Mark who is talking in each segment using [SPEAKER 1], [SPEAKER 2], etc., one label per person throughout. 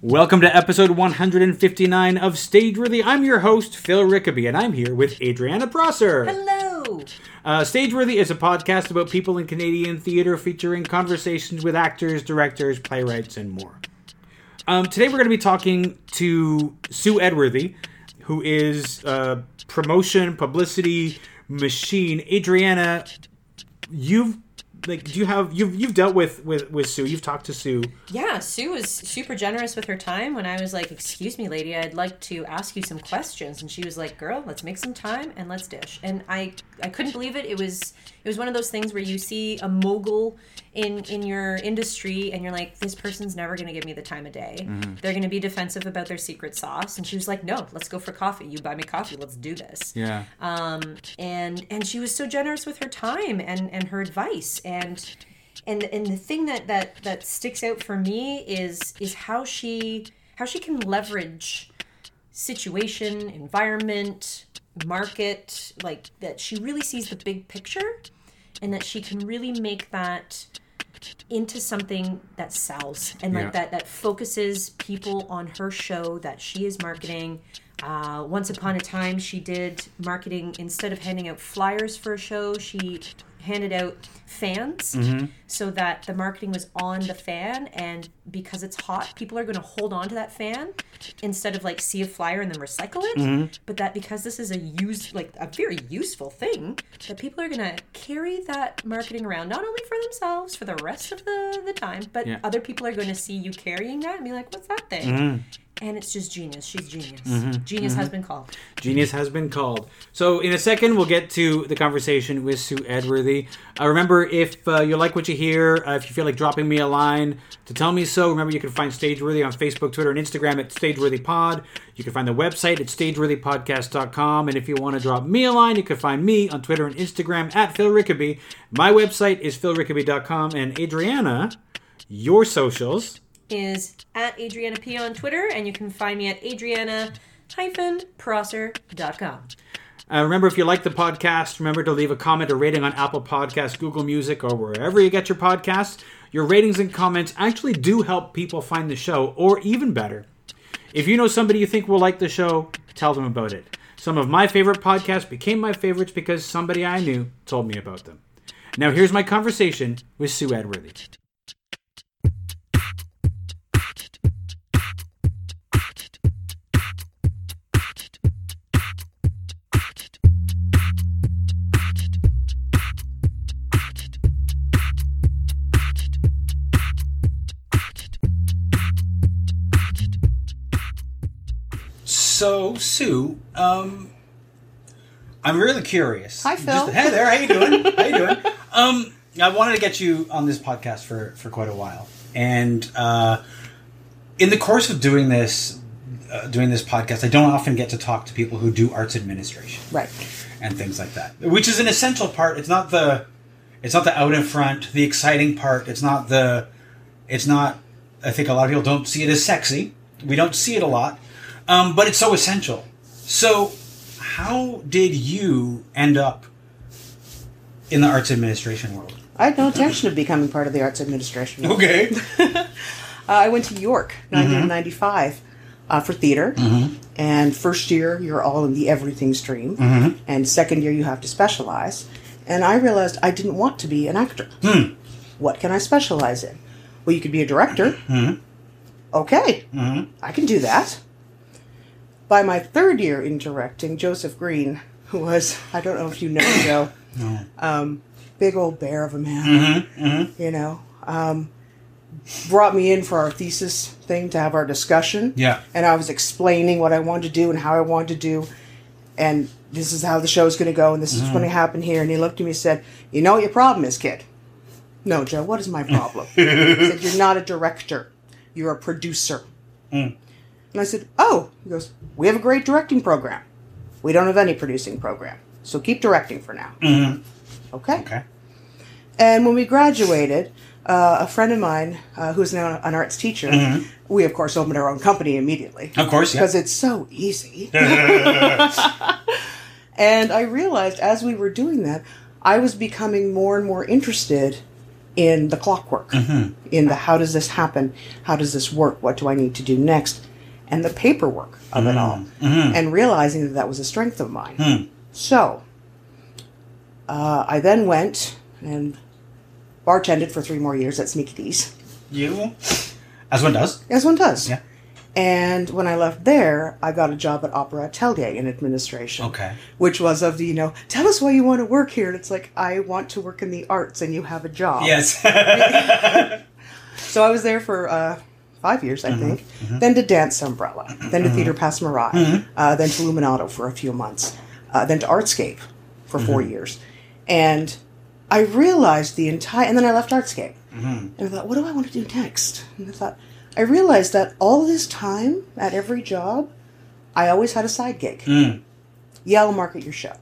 [SPEAKER 1] Welcome to episode 159 of Stageworthy. I'm your host, Phil Rickaby, and I'm here with Adriana Prosser.
[SPEAKER 2] Hello.
[SPEAKER 1] Uh, Stageworthy is a podcast about people in Canadian theater featuring conversations with actors, directors, playwrights, and more. Um, today we're going to be talking to Sue Edworthy, who is a promotion publicity machine. Adriana, you've like do you have you've you've dealt with with with Sue? You've talked to Sue.
[SPEAKER 2] Yeah, Sue was super generous with her time when I was like, "Excuse me, lady, I'd like to ask you some questions," and she was like, "Girl, let's make some time and let's dish." And I I couldn't believe it. It was it was one of those things where you see a mogul in in your industry and you're like, "This person's never going to give me the time of day. They're going to be defensive about their secret sauce." And she was like, "No, let's go for coffee. You buy me coffee. Let's do this."
[SPEAKER 1] Yeah.
[SPEAKER 2] um, and and she was so generous with her time and and her advice and and and the thing that that that sticks out for me is is how she how she can leverage situation environment market like that she really sees the big picture and that she can really make that into something that sells and like
[SPEAKER 1] Yeah.
[SPEAKER 2] that that focuses people on her show that she is marketing uh, once upon a time she did marketing instead of handing out flyers for a show she handed out fans so that the marketing was on the fan and because it's hot people are going to hold on to that fan instead of like see a flyer and then recycle it but that because this is a used like a very useful thing that people are going to carry that marketing around not only for themselves for the rest of the, the time but
[SPEAKER 1] Yeah.
[SPEAKER 2] other people are going to see you carrying that and be like what's that thing and it's just genius she's genius genius has been called
[SPEAKER 1] Genius has been called. So in a second, we'll get to the conversation with Sue Edworthy. Uh, remember, if uh, you like what you hear, uh, if you feel like dropping me a line to tell me so, remember you can find Stageworthy on Facebook, Twitter, and Instagram at StageworthyPod. You can find the website at StageworthyPodcast.com. And if you want to drop me a line, you can find me on Twitter and Instagram at Phil Rickaby. My website is PhilRickaby.com. And Adriana, your socials.
[SPEAKER 2] is at adriana p on twitter and you can find me at adriana hyphen prosser.com
[SPEAKER 1] Uh, remember, if you like the podcast, remember to leave a comment or rating on Apple Podcasts, Google Music, or wherever you get your podcasts. Your ratings and comments actually do help people find the show, or even better, if you know somebody you think will like the show, tell them about it. Some of my favorite podcasts became my favorites because somebody I knew told me about them. Now, here's my conversation with Sue Edworthy. So, Sue, um, I'm really curious.
[SPEAKER 3] Hi, Phil.
[SPEAKER 1] Just- hey there, how you doing? how you doing? Um, I wanted to get you on this podcast for for quite a while, and uh, in the course of doing this, uh, doing this podcast, I don't often get to talk to people who do arts administration
[SPEAKER 3] Right.
[SPEAKER 1] and things like that, which is an essential part. It's not the it's not the out in front, the exciting part. It's not the it's not. I think a lot of people don't see it as sexy. We don't see it a lot, um, but it's so essential. So, how did you end up in the arts administration world?
[SPEAKER 3] I had no intention of becoming part of the arts administration. Uh,
[SPEAKER 1] Okay.
[SPEAKER 3] I went to York, 1995, uh, for theater. And first year, you're all in the everything stream. And second year, you have to specialize. And I realized I didn't want to be an actor. What can I specialize in? Well, you could be a director. Okay, I can do that. By my third year in directing, Joseph Green, who was, I don't know if you know Joe, um, big old bear of a man. you know, um, brought me in for our thesis thing to have our discussion.
[SPEAKER 1] Yeah.
[SPEAKER 3] And I was explaining what I wanted to do and how I wanted to do, and this is how the show's going to go, and this is what's going to happen here. And he looked at me and said, You know what your problem is, kid? No, Joe, what is my problem? he said, You're not a director, you're a producer. And I said, Oh, he goes, We have a great directing program. We don't have any producing program. So keep directing for now.
[SPEAKER 1] Okay.
[SPEAKER 3] And when we graduated, uh, a friend of mine, uh, who's now an arts teacher, we of course opened our own company immediately
[SPEAKER 1] Of course, yeah.
[SPEAKER 3] because it's so easy. and I realized as we were doing that, I was becoming more and more interested in the clockwork,
[SPEAKER 1] Mm-hmm.
[SPEAKER 3] in the how does this happen? How does this work? What do I need to do next? And the paperwork of it all.
[SPEAKER 1] Mm-hmm.
[SPEAKER 3] And realizing that that was a strength of mine.
[SPEAKER 1] Hmm.
[SPEAKER 3] So uh, I then went and bartended for three more years at Sneaky D's,
[SPEAKER 1] You, as one does.
[SPEAKER 3] as one does.
[SPEAKER 1] Yeah.
[SPEAKER 3] And when I left there, I got a job at Opera Atelier in administration.
[SPEAKER 1] Okay.
[SPEAKER 3] Which was of the, you know, tell us why you want to work here. And it's like, I want to work in the arts and you have a job.
[SPEAKER 1] Yes.
[SPEAKER 3] So I was there for uh, five years, I think. Then to Dance Umbrella, then to Theater Pasmarai, uh, then to Luminato for a few months, uh, then to Artscape for four years. And I realized the entire, and then I left Artscape. And I thought, what do I want to do next? And I thought, I realized that all this time at every job, I always had a side gig. Yell, market your show.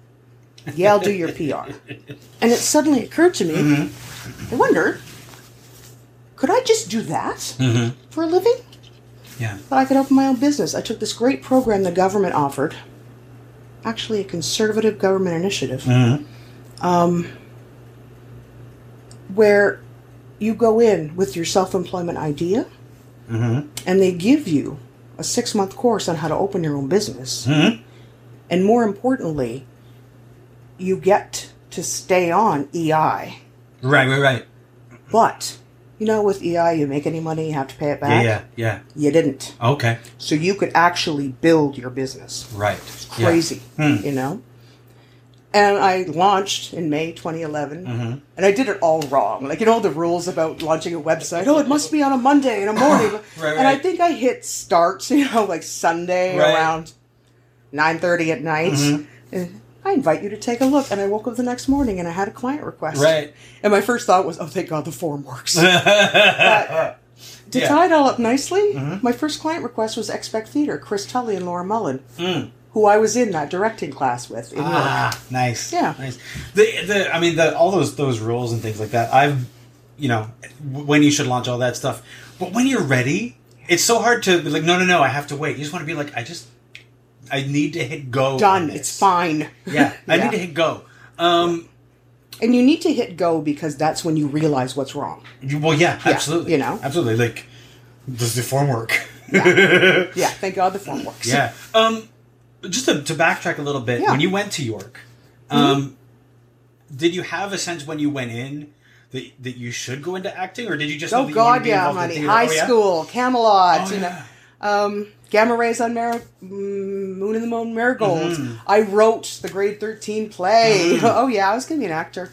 [SPEAKER 3] Yell, do your PR. And it suddenly occurred to me, I wonder, could I just do that for a living?
[SPEAKER 1] Mm-hmm. yeah.
[SPEAKER 3] But I could open my own business. I took this great program the government offered, actually a conservative government initiative,
[SPEAKER 1] Mm-hmm.
[SPEAKER 3] um, where you go in with your self-employment idea,
[SPEAKER 1] Mm-hmm.
[SPEAKER 3] and they give you a six-month course on how to open your own business,
[SPEAKER 1] Mm-hmm.
[SPEAKER 3] and more importantly, you get to stay on EI.
[SPEAKER 1] Right. Right. Right.
[SPEAKER 3] But you know, with EI, you make any money, you have to pay
[SPEAKER 1] Yeah.
[SPEAKER 3] it back.
[SPEAKER 1] Yeah. Yeah.
[SPEAKER 3] You didn't.
[SPEAKER 1] Okay.
[SPEAKER 3] So you could actually build your business.
[SPEAKER 1] Right. Yeah. Hmm.
[SPEAKER 3] Crazy, you know? And I launched in May 2011,
[SPEAKER 1] Mm-hmm.
[SPEAKER 3] and I did it all wrong. Like, you know, the rules about launching a website. Oh, it must be on a Monday in a morning.
[SPEAKER 1] Right,
[SPEAKER 3] And I
[SPEAKER 1] right.
[SPEAKER 3] think I hit starts, you know, like Sunday
[SPEAKER 1] Right. Mm-hmm.
[SPEAKER 3] around 9.30 at night. And I invite you to take a look. And I woke up the next morning, and I had a client request.
[SPEAKER 1] Right.
[SPEAKER 3] And my first thought was, oh, thank God the form works. But to
[SPEAKER 1] Yeah. Mm-hmm.
[SPEAKER 3] tie it all up nicely, my first client request was Expect Theater, Chris Tully and Laura Mullen, who I was in that directing class with. In York.
[SPEAKER 1] Mm. Ah, nice.
[SPEAKER 3] Yeah.
[SPEAKER 1] nice. The, the I mean, the, all those those rules and things like that. I've, you know, w- when you should launch all that stuff, but when you're ready, it's so hard to be like, no, no, no, I have to wait. You just want to be like, I just, I need to hit go. on
[SPEAKER 3] Done.
[SPEAKER 1] this.
[SPEAKER 3] It's fine.
[SPEAKER 1] Yeah, I
[SPEAKER 3] Yeah.
[SPEAKER 1] need to hit go. Um,
[SPEAKER 3] And you need to hit go because that's when you realize what's wrong.
[SPEAKER 1] you- well, yeah, absolutely.
[SPEAKER 3] you know.
[SPEAKER 1] absolutely. Like, does the form work?
[SPEAKER 3] Yeah, thank God the form works. Oh,
[SPEAKER 1] Yeah. Um, just to, to backtrack a little bit,
[SPEAKER 3] Yeah. Mm-hmm.
[SPEAKER 1] when you went to York, um, did you have a sense when you went in that, that you should go into acting, or did you just know
[SPEAKER 3] Oh
[SPEAKER 1] that you wanted to
[SPEAKER 3] God,
[SPEAKER 1] be
[SPEAKER 3] yeah,
[SPEAKER 1] involved in
[SPEAKER 3] honey.
[SPEAKER 1] theater?
[SPEAKER 3] High
[SPEAKER 1] Oh, yeah?
[SPEAKER 3] school, Camelot,
[SPEAKER 1] Oh,
[SPEAKER 3] you
[SPEAKER 1] yeah.
[SPEAKER 3] know, um, Gamma Rays on Mar- mm, Moon and the Moon Marigolds.
[SPEAKER 1] Mm-hmm.
[SPEAKER 3] I wrote the grade thirteen play. Oh yeah, I was gonna be an actor.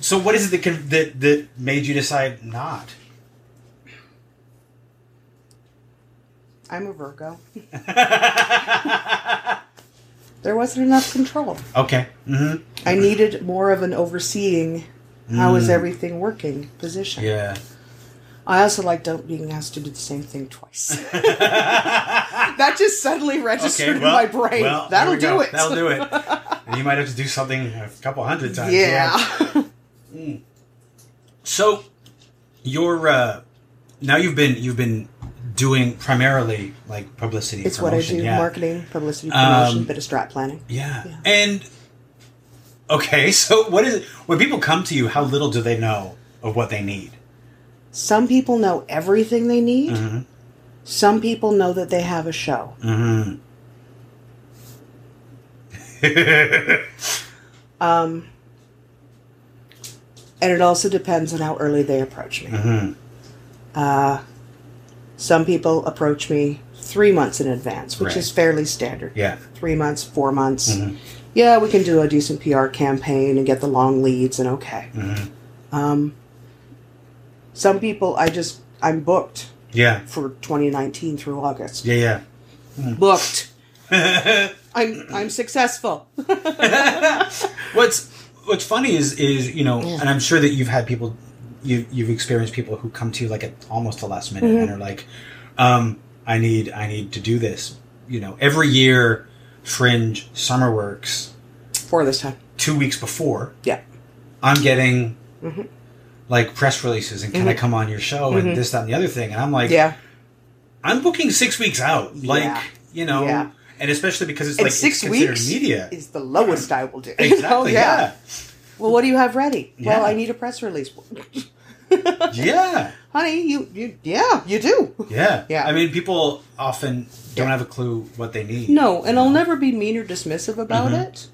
[SPEAKER 1] So, what is it that can, that that made you decide not?
[SPEAKER 3] I'm a Virgo. there wasn't enough control.
[SPEAKER 1] Okay. Mm-hmm.
[SPEAKER 3] I needed more of an overseeing how is everything working position.
[SPEAKER 1] Hmm. Yeah.
[SPEAKER 3] I also like don't being asked to do the same thing twice. that just suddenly registered
[SPEAKER 1] Okay. Well,
[SPEAKER 3] in my brain.
[SPEAKER 1] well, there
[SPEAKER 3] That'll
[SPEAKER 1] we go.
[SPEAKER 3] do it.
[SPEAKER 1] That'll do it. and you might have to do something a couple hundred times.
[SPEAKER 3] yeah.
[SPEAKER 1] So, you're uh, now you've been you've been doing primarily like publicity.
[SPEAKER 3] It's what I
[SPEAKER 1] promotion.
[SPEAKER 3] do
[SPEAKER 1] yeah.
[SPEAKER 3] marketing, publicity, promotion,
[SPEAKER 1] Um,
[SPEAKER 3] bit of strat planning.
[SPEAKER 1] Yeah. And okay, so what is when people come to you? How little do they know of what they need?
[SPEAKER 3] Some people know everything they need,
[SPEAKER 1] Mm-hmm.
[SPEAKER 3] some people know that they have a show.
[SPEAKER 1] Mm-hmm.
[SPEAKER 3] Um, and it also depends on how early they approach me.
[SPEAKER 1] Mm-hmm.
[SPEAKER 3] Uh, some people approach me three months in advance, which
[SPEAKER 1] Right.
[SPEAKER 3] is fairly standard.
[SPEAKER 1] Yeah.
[SPEAKER 3] Three months, four months.
[SPEAKER 1] Mm-hmm.
[SPEAKER 3] Yeah, we can do a decent PR campaign and get the long leads and okay.
[SPEAKER 1] Mm-hmm.
[SPEAKER 3] Um, some people, I just, I'm booked
[SPEAKER 1] Yeah.
[SPEAKER 3] for 2019 through August.
[SPEAKER 1] Yeah. Yeah.
[SPEAKER 3] Booked. I'm, I'm successful.
[SPEAKER 1] What's What's funny is is you know,
[SPEAKER 3] Yeah.
[SPEAKER 1] and I'm sure that you've had people, you you've experienced people who come to you like at almost the last minute
[SPEAKER 3] Mm-hmm.
[SPEAKER 1] and are like, um, I need I need to do this. You know, every year, Fringe Summer Works
[SPEAKER 3] Four this time.
[SPEAKER 1] two weeks before
[SPEAKER 3] Yeah.
[SPEAKER 1] I'm getting
[SPEAKER 3] Mm-hmm.
[SPEAKER 1] like press releases and can I come on your show and this that and the other thing and I'm like
[SPEAKER 3] Yeah.
[SPEAKER 1] I'm booking six weeks out like
[SPEAKER 3] Yeah.
[SPEAKER 1] you know
[SPEAKER 3] Yeah.
[SPEAKER 1] and especially because it's
[SPEAKER 3] And
[SPEAKER 1] like
[SPEAKER 3] six
[SPEAKER 1] it's considered
[SPEAKER 3] weeks
[SPEAKER 1] media
[SPEAKER 3] is the lowest I will do.
[SPEAKER 1] exactly
[SPEAKER 3] Oh,
[SPEAKER 1] yeah.
[SPEAKER 3] Well, what do you have ready?
[SPEAKER 1] Yeah.
[SPEAKER 3] Well, I need a press release.
[SPEAKER 1] yeah.
[SPEAKER 3] honey, you, you, yeah, you do.
[SPEAKER 1] Yeah.
[SPEAKER 3] Yeah.
[SPEAKER 1] I mean, people often don't
[SPEAKER 3] Yeah.
[SPEAKER 1] have a clue what they need.
[SPEAKER 3] No, and I'll never be mean or dismissive about
[SPEAKER 1] Mm-hmm.
[SPEAKER 3] it,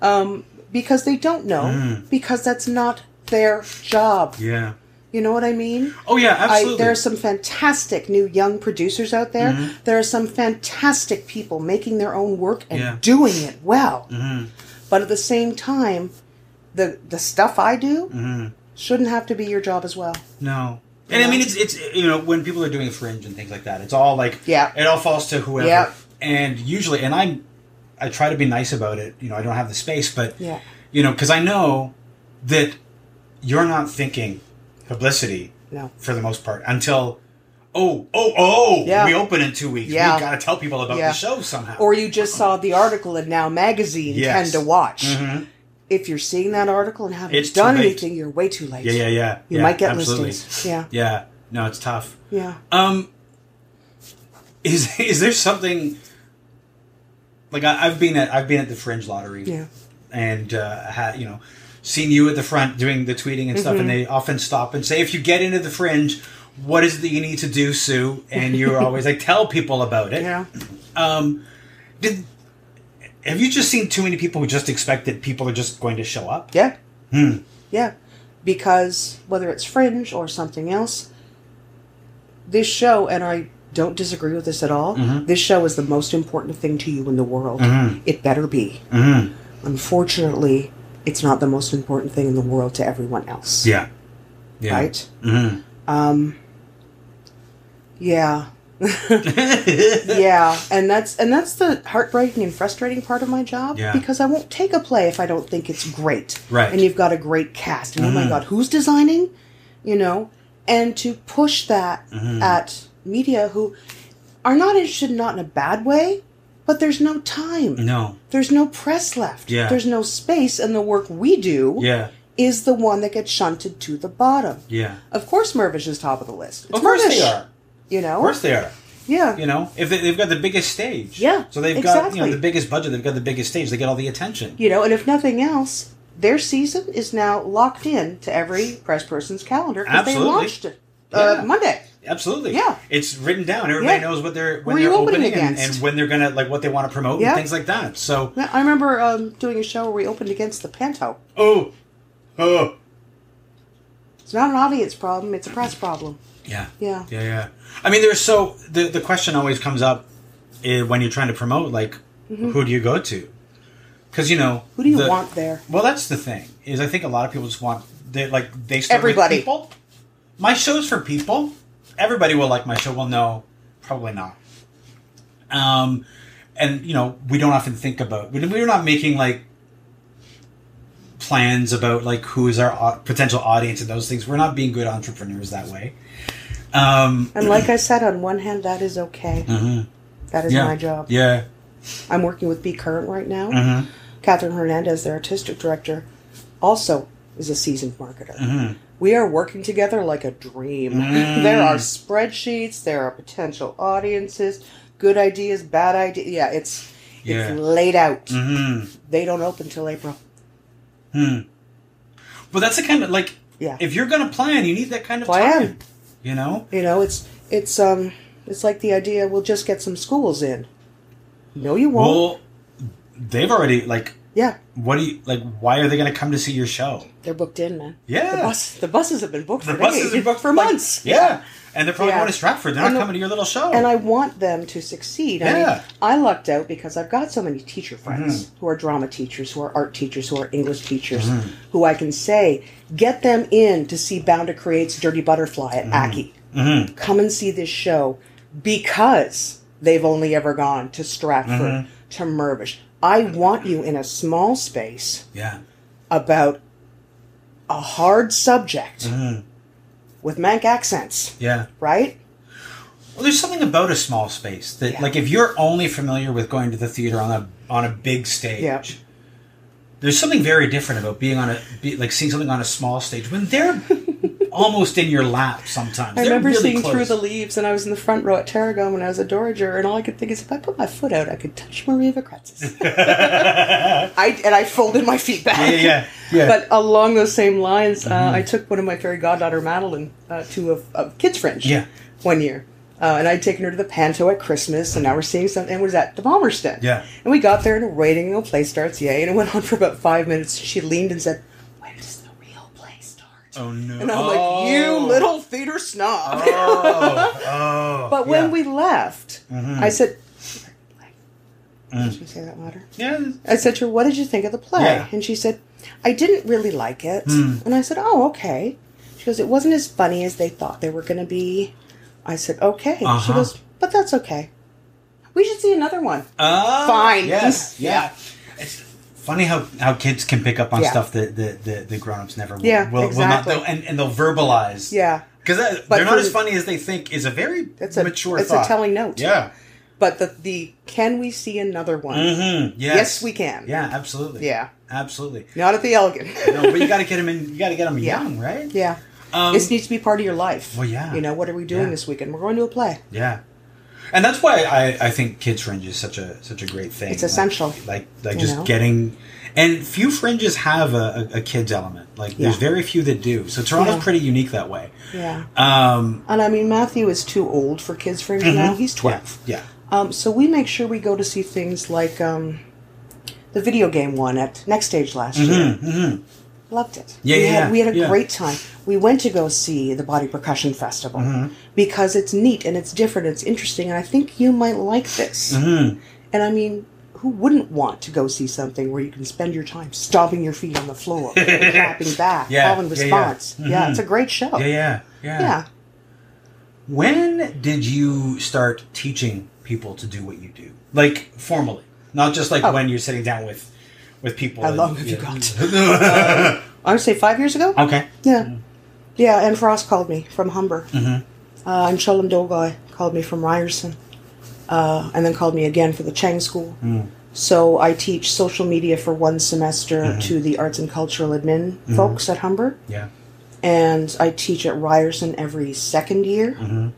[SPEAKER 3] um, because they don't know, because that's not their job.
[SPEAKER 1] Mm. Yeah.
[SPEAKER 3] You know what I mean?
[SPEAKER 1] Oh yeah,
[SPEAKER 3] I,
[SPEAKER 1] absolutely. Mm-hmm.
[SPEAKER 3] there are some fantastic new young producers out there. There are some fantastic people making their own work and
[SPEAKER 1] Yeah. Mm-hmm.
[SPEAKER 3] doing it well. But at the same time, the the stuff I do
[SPEAKER 1] Mm-hmm.
[SPEAKER 3] shouldn't have to be your job as well.
[SPEAKER 1] no. And I mean, it's it's you know when people are doing fringe and things like that, it's all like
[SPEAKER 3] Yeah.
[SPEAKER 1] it all falls to whoever.
[SPEAKER 3] Yeah.
[SPEAKER 1] And usually, and I'm I try to be nice about it. You know, I don't have the space, but
[SPEAKER 3] Yeah.
[SPEAKER 1] you know, because I know that you're not thinking publicity
[SPEAKER 3] No.
[SPEAKER 1] for the most part until oh oh oh
[SPEAKER 3] Yeah.
[SPEAKER 1] we open in two weeks.
[SPEAKER 3] Yeah.
[SPEAKER 1] We got to tell people about
[SPEAKER 3] Yeah.
[SPEAKER 1] the show somehow.
[SPEAKER 3] Or you just saw the article in Now Magazine
[SPEAKER 1] Yes. Mm-hmm.
[SPEAKER 3] tend to watch. If you're seeing that article and haven't
[SPEAKER 1] It's too
[SPEAKER 3] done
[SPEAKER 1] late.
[SPEAKER 3] anything, you're way too late.
[SPEAKER 1] yeah yeah yeah.
[SPEAKER 3] You
[SPEAKER 1] yeah,
[SPEAKER 3] might get
[SPEAKER 1] absolutely.
[SPEAKER 3] listings. Yeah.
[SPEAKER 1] Yeah. No, it's tough.
[SPEAKER 3] Yeah.
[SPEAKER 1] Um, is is there something like I, I've been at I've been at the Fringe Lottery,
[SPEAKER 3] Yeah.
[SPEAKER 1] and uh, ha, you know, seen you at the front doing the tweeting and stuff, and
[SPEAKER 3] Mm-hmm.
[SPEAKER 1] they often stop and say, if you get into the Fringe, what is it that you need to do, Sue? And you're always like, tell people about it.
[SPEAKER 3] Yeah.
[SPEAKER 1] Um, did have you just seen too many people who just expect that people are just going to show up?
[SPEAKER 3] Yeah.
[SPEAKER 1] Hmm.
[SPEAKER 3] Yeah. Because whether it's fringe or something else, this show, and I don't disagree with this at all,
[SPEAKER 1] Mm-hmm.
[SPEAKER 3] this show is the most important thing to you in the world. It better be.
[SPEAKER 1] Mm-hmm.
[SPEAKER 3] Unfortunately, it's not the most important thing in the world to everyone else.
[SPEAKER 1] Yeah. Yeah. Mm-hmm.
[SPEAKER 3] Right? Um, yeah. yeah, and that's and that's the heartbreaking and frustrating part of my job
[SPEAKER 1] Yeah.
[SPEAKER 3] because I won't take a play if I don't think it's great.
[SPEAKER 1] Right. Mm.
[SPEAKER 3] And you've got a great cast. And oh my god, who's designing? You know, and to push that
[SPEAKER 1] Mm-hmm.
[SPEAKER 3] at media who are not interested not in a bad way, but there's no time.
[SPEAKER 1] No.
[SPEAKER 3] There's no press left.
[SPEAKER 1] Yeah.
[SPEAKER 3] There's no space and the work we do
[SPEAKER 1] Yeah.
[SPEAKER 3] is the one that gets shunted to the bottom.
[SPEAKER 1] Yeah.
[SPEAKER 3] Of course Mervish is top of the list. It's
[SPEAKER 1] Of course
[SPEAKER 3] Mervish,
[SPEAKER 1] they are.
[SPEAKER 3] You know?
[SPEAKER 1] Of course they are.
[SPEAKER 3] yeah.
[SPEAKER 1] You know, if they, they've got the biggest stage,
[SPEAKER 3] Yeah,
[SPEAKER 1] So they've got you know
[SPEAKER 3] exactly.
[SPEAKER 1] the biggest budget. They've got the biggest stage. They get all the attention.
[SPEAKER 3] You know, and if nothing else, their season is now locked in to every press person's calendar because they
[SPEAKER 1] Absolutely.
[SPEAKER 3] launched it uh,
[SPEAKER 1] Yeah.
[SPEAKER 3] Monday.
[SPEAKER 1] Absolutely.
[SPEAKER 3] Yeah.
[SPEAKER 1] It's written down. Everybody
[SPEAKER 3] Yeah.
[SPEAKER 1] knows what they're when
[SPEAKER 3] Who are
[SPEAKER 1] they're
[SPEAKER 3] you opening
[SPEAKER 1] opening and,
[SPEAKER 3] against?
[SPEAKER 1] and when they're gonna like what they want to promote
[SPEAKER 3] Yeah.
[SPEAKER 1] and things like that. So
[SPEAKER 3] I remember um, doing a show where we opened against the Panto.
[SPEAKER 1] oh, oh,
[SPEAKER 3] It's not an audience problem; it's a press problem.
[SPEAKER 1] yeah,
[SPEAKER 3] Yeah.
[SPEAKER 1] yeah, yeah. I mean, there's so the the question always comes up eh, when you're trying to promote, like who do you go to? Because you know
[SPEAKER 3] Mm-hmm. Who do you
[SPEAKER 1] the-
[SPEAKER 3] want there?
[SPEAKER 1] Well, that's the thing is I think a lot of people just want they like they start
[SPEAKER 3] Everybody.
[SPEAKER 1] with people. My show's for people. Everybody will like my show. Well, no, probably not. Um, and you know we don't often think about we- we're not making like plans about like who is our au- potential audience and those things. We're not being good entrepreneurs that way. Um,
[SPEAKER 3] And like I said, on one hand, that is okay. That is
[SPEAKER 1] Mm-hmm. yeah,
[SPEAKER 3] my job.
[SPEAKER 1] Yeah,
[SPEAKER 3] I'm working with Be Current right now.
[SPEAKER 1] Mm-hmm.
[SPEAKER 3] Catherine Hernandez, their artistic director, also is a seasoned marketer.
[SPEAKER 1] Mm-hmm.
[SPEAKER 3] We are working together like a dream. there are
[SPEAKER 1] Mm.
[SPEAKER 3] spreadsheets, there are potential audiences, good ideas, bad ideas. Yeah, it's
[SPEAKER 1] Yeah.
[SPEAKER 3] it's laid out.
[SPEAKER 1] Mhm.
[SPEAKER 3] They don't open till April.
[SPEAKER 1] but that's the kind of like
[SPEAKER 3] Yeah.
[SPEAKER 1] if you're gonna plan, you need that kind of
[SPEAKER 3] Plan.
[SPEAKER 1] time. You know,
[SPEAKER 3] You know, it's it's um it's like the idea we'll just get some schools in. No you won't.
[SPEAKER 1] well, they've already like
[SPEAKER 3] yeah,
[SPEAKER 1] what do you like why are they going to come to see your show
[SPEAKER 3] they're booked in, man.
[SPEAKER 1] Yeah.
[SPEAKER 3] The bus the buses have been booked
[SPEAKER 1] the
[SPEAKER 3] for
[SPEAKER 1] buses
[SPEAKER 3] days-
[SPEAKER 1] are booked
[SPEAKER 3] for
[SPEAKER 1] like-
[SPEAKER 3] months.
[SPEAKER 1] yeah and they're probably
[SPEAKER 3] Yeah.
[SPEAKER 1] going to stratford they're not
[SPEAKER 3] And the-
[SPEAKER 1] coming to your little show
[SPEAKER 3] and I want them to succeed. I mean,
[SPEAKER 1] Oh. Yeah.
[SPEAKER 3] I lucked out because I've got so many teacher friends who are drama teachers, who are art teachers, who are English teachers, who I can say, get them in to see Bound to Create's Dirty Butterfly at Aki. Come and see this show because they've only ever gone to Stratford, to Mervish. I want you in a small space
[SPEAKER 1] yeah
[SPEAKER 3] about a hard subject with Mank accents,
[SPEAKER 1] yeah
[SPEAKER 3] right?
[SPEAKER 1] well there's something about a small space that
[SPEAKER 3] Yeah.
[SPEAKER 1] like if you're only familiar with going to the theater on a on a big stage
[SPEAKER 3] Yeah.
[SPEAKER 1] there's something very different about being on a be, like seeing something on a small stage when they're almost in your lap sometimes.
[SPEAKER 3] I
[SPEAKER 1] They're
[SPEAKER 3] remember
[SPEAKER 1] really
[SPEAKER 3] seeing
[SPEAKER 1] close.
[SPEAKER 3] through the leaves, and I was in the front row at Tarragon when I was a Dorager, and all I could think is if I put my foot out, I could touch Maria Vakratzis. I and I folded my feet back.
[SPEAKER 1] Yeah, yeah, yeah.
[SPEAKER 3] But along those same lines, uh, I took one of my fairy goddaughter Madeline uh, to a, a kids' fringe.
[SPEAKER 1] Yeah.
[SPEAKER 3] one year. Uh, and I'd taken her to the Panto at Christmas, and now we're seeing something. And was at the Palmerston.
[SPEAKER 1] Yeah.
[SPEAKER 3] And we got there, and waiting, and the play starts, yay! And it went on for about five minutes. She leaned and said, "When does the real play start?"
[SPEAKER 1] Oh no!
[SPEAKER 3] And I'm
[SPEAKER 1] Oh.
[SPEAKER 3] like, you little theater snob.
[SPEAKER 1] Oh, oh,
[SPEAKER 3] but when
[SPEAKER 1] yeah. Mm-hmm.
[SPEAKER 3] we left, I said, Should we say that louder?
[SPEAKER 1] yeah,
[SPEAKER 3] I said to her, what did you think of the play?
[SPEAKER 1] Mm. Yeah. Mm.
[SPEAKER 3] And she said, I didn't really like it. And I said, oh, okay. She goes, it wasn't as funny as they thought they were going to be. I said, okay.
[SPEAKER 1] Uh-huh.
[SPEAKER 3] She goes, but that's okay. We should see another one.
[SPEAKER 1] Ah,
[SPEAKER 3] Fine.
[SPEAKER 1] Yes. Yeah. It's funny how, how kids can pick up on
[SPEAKER 3] Yeah.
[SPEAKER 1] stuff that the, the, the grown ups never will.
[SPEAKER 3] Yeah,
[SPEAKER 1] will,
[SPEAKER 3] exactly.
[SPEAKER 1] will not, they'll, and, and they'll verbalize.
[SPEAKER 3] Yeah.
[SPEAKER 1] Because
[SPEAKER 3] But
[SPEAKER 1] they're not
[SPEAKER 3] for-
[SPEAKER 1] as funny as they think is a very
[SPEAKER 3] It's a-
[SPEAKER 1] mature
[SPEAKER 3] it's a
[SPEAKER 1] thought.
[SPEAKER 3] telling note.
[SPEAKER 1] Yeah.
[SPEAKER 3] But the, the can we see another one?
[SPEAKER 1] Mm-hmm. Yes.
[SPEAKER 3] Yes, we can.
[SPEAKER 1] Yeah, absolutely.
[SPEAKER 3] Yeah.
[SPEAKER 1] Absolutely.
[SPEAKER 3] Not at the Elgin.
[SPEAKER 1] No, but you got to get them in, you got to get them
[SPEAKER 3] Yeah.
[SPEAKER 1] young, right?
[SPEAKER 3] yeah.
[SPEAKER 1] Um,
[SPEAKER 3] this needs to be part of your life.
[SPEAKER 1] Well, yeah.
[SPEAKER 3] You know, what are we doing
[SPEAKER 1] Yeah.
[SPEAKER 3] this weekend? We're going to a play.
[SPEAKER 1] Yeah, and that's why I, I think kids fringe is such a such a great thing.
[SPEAKER 3] It's
[SPEAKER 1] Like-
[SPEAKER 3] essential.
[SPEAKER 1] Like like
[SPEAKER 3] You
[SPEAKER 1] just
[SPEAKER 3] know?
[SPEAKER 1] getting, and few fringes have a, a, a kids element. Like there's
[SPEAKER 3] Yeah.
[SPEAKER 1] very few that do. So Toronto's
[SPEAKER 3] Yeah.
[SPEAKER 1] pretty unique that way.
[SPEAKER 3] Yeah.
[SPEAKER 1] Um, Mm-hmm.
[SPEAKER 3] And I mean, Matthew is too old for kids' fringe now. He's 12.
[SPEAKER 1] Yeah.
[SPEAKER 3] Um, so we make sure we go to see things like um, the video game one at Next Stage last
[SPEAKER 1] Mm-hmm.
[SPEAKER 3] year. Loved it.
[SPEAKER 1] Yeah,
[SPEAKER 3] we
[SPEAKER 1] yeah,
[SPEAKER 3] had,
[SPEAKER 1] yeah.
[SPEAKER 3] We had a
[SPEAKER 1] Yeah.
[SPEAKER 3] great time. We went to go see the Body Percussion Festival
[SPEAKER 1] Mm-hmm.
[SPEAKER 3] because it's neat and it's different. It's interesting, and I think you might like this.
[SPEAKER 1] Mm-hmm.
[SPEAKER 3] And I mean, who wouldn't want to go see something where you can spend your time stomping your feet on the floor, clapping back,
[SPEAKER 1] Yeah,
[SPEAKER 3] call and
[SPEAKER 1] yeah, yeah.
[SPEAKER 3] response? Yeah, it's a great show.
[SPEAKER 1] Yeah. Yeah. Yeah.
[SPEAKER 3] yeah.
[SPEAKER 1] When did you start teaching people to do what you do, like formally, not just
[SPEAKER 3] Oh.
[SPEAKER 1] like when you're sitting down with with people?
[SPEAKER 3] How
[SPEAKER 1] and-
[SPEAKER 3] long have you
[SPEAKER 1] yeah.
[SPEAKER 3] got? I would say five years ago.
[SPEAKER 1] Okay.
[SPEAKER 3] Yeah. Yeah, and Frost called me from Humber. Mm-hmm. Uh, and Sholem Dolgoy called me from Ryerson. Uh, and then called me again for the Chang School. So I teach social media for one semester to the arts and cultural admin folks at Humber.
[SPEAKER 1] Yeah.
[SPEAKER 3] And I teach at Ryerson every second year.
[SPEAKER 1] Mm-hmm.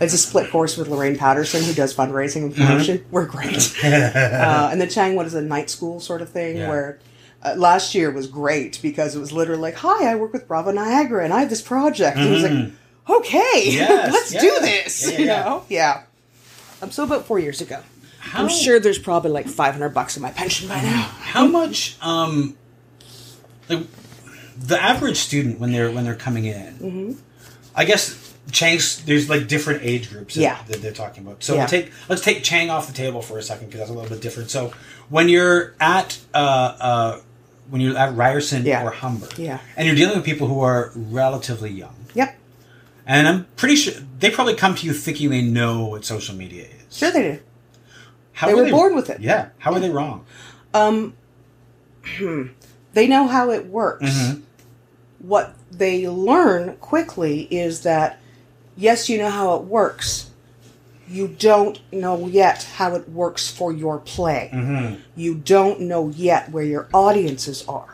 [SPEAKER 3] It's a split course with Lorraine Patterson, who does fundraising and promotion.
[SPEAKER 1] Mm-hmm.
[SPEAKER 3] We're great. uh, and the Chang, what is a night school sort of thing,
[SPEAKER 1] Yeah.
[SPEAKER 3] where uh, last year was great because it was literally like, "Hi, I work with Bravo Niagara, and I have this project." And it was like, "Okay,
[SPEAKER 1] Mm-hmm. Yes,
[SPEAKER 3] let's
[SPEAKER 1] yeah.
[SPEAKER 3] do this."
[SPEAKER 1] Yeah, yeah,
[SPEAKER 3] you
[SPEAKER 1] yeah.
[SPEAKER 3] know, yeah. Um, so about four years ago,
[SPEAKER 1] How,
[SPEAKER 3] I'm sure there's probably like 500 bucks in my pension by now.
[SPEAKER 1] how much um like the average student when they're when they're coming in
[SPEAKER 3] Mm-hmm.
[SPEAKER 1] i guess chang's there's like different age groups that,
[SPEAKER 3] Yeah.
[SPEAKER 1] that they're talking about so
[SPEAKER 3] Yeah.
[SPEAKER 1] take let's take chang off the table for a second because that's a little bit different so when you're at uh uh when you're at ryerson
[SPEAKER 3] Yeah.
[SPEAKER 1] or humber
[SPEAKER 3] Yeah.
[SPEAKER 1] and you're dealing with people who are relatively young
[SPEAKER 3] Yep,
[SPEAKER 1] and i'm pretty sure they probably come to you thinking they know what social media is
[SPEAKER 3] sure they do.
[SPEAKER 1] how
[SPEAKER 3] they
[SPEAKER 1] are
[SPEAKER 3] were born with it.
[SPEAKER 1] yeah how are they wrong
[SPEAKER 3] Um, they know how it works. What they learn quickly is that yes, you know how it works. You don't know yet how it works for your play. You don't know yet where your audiences are.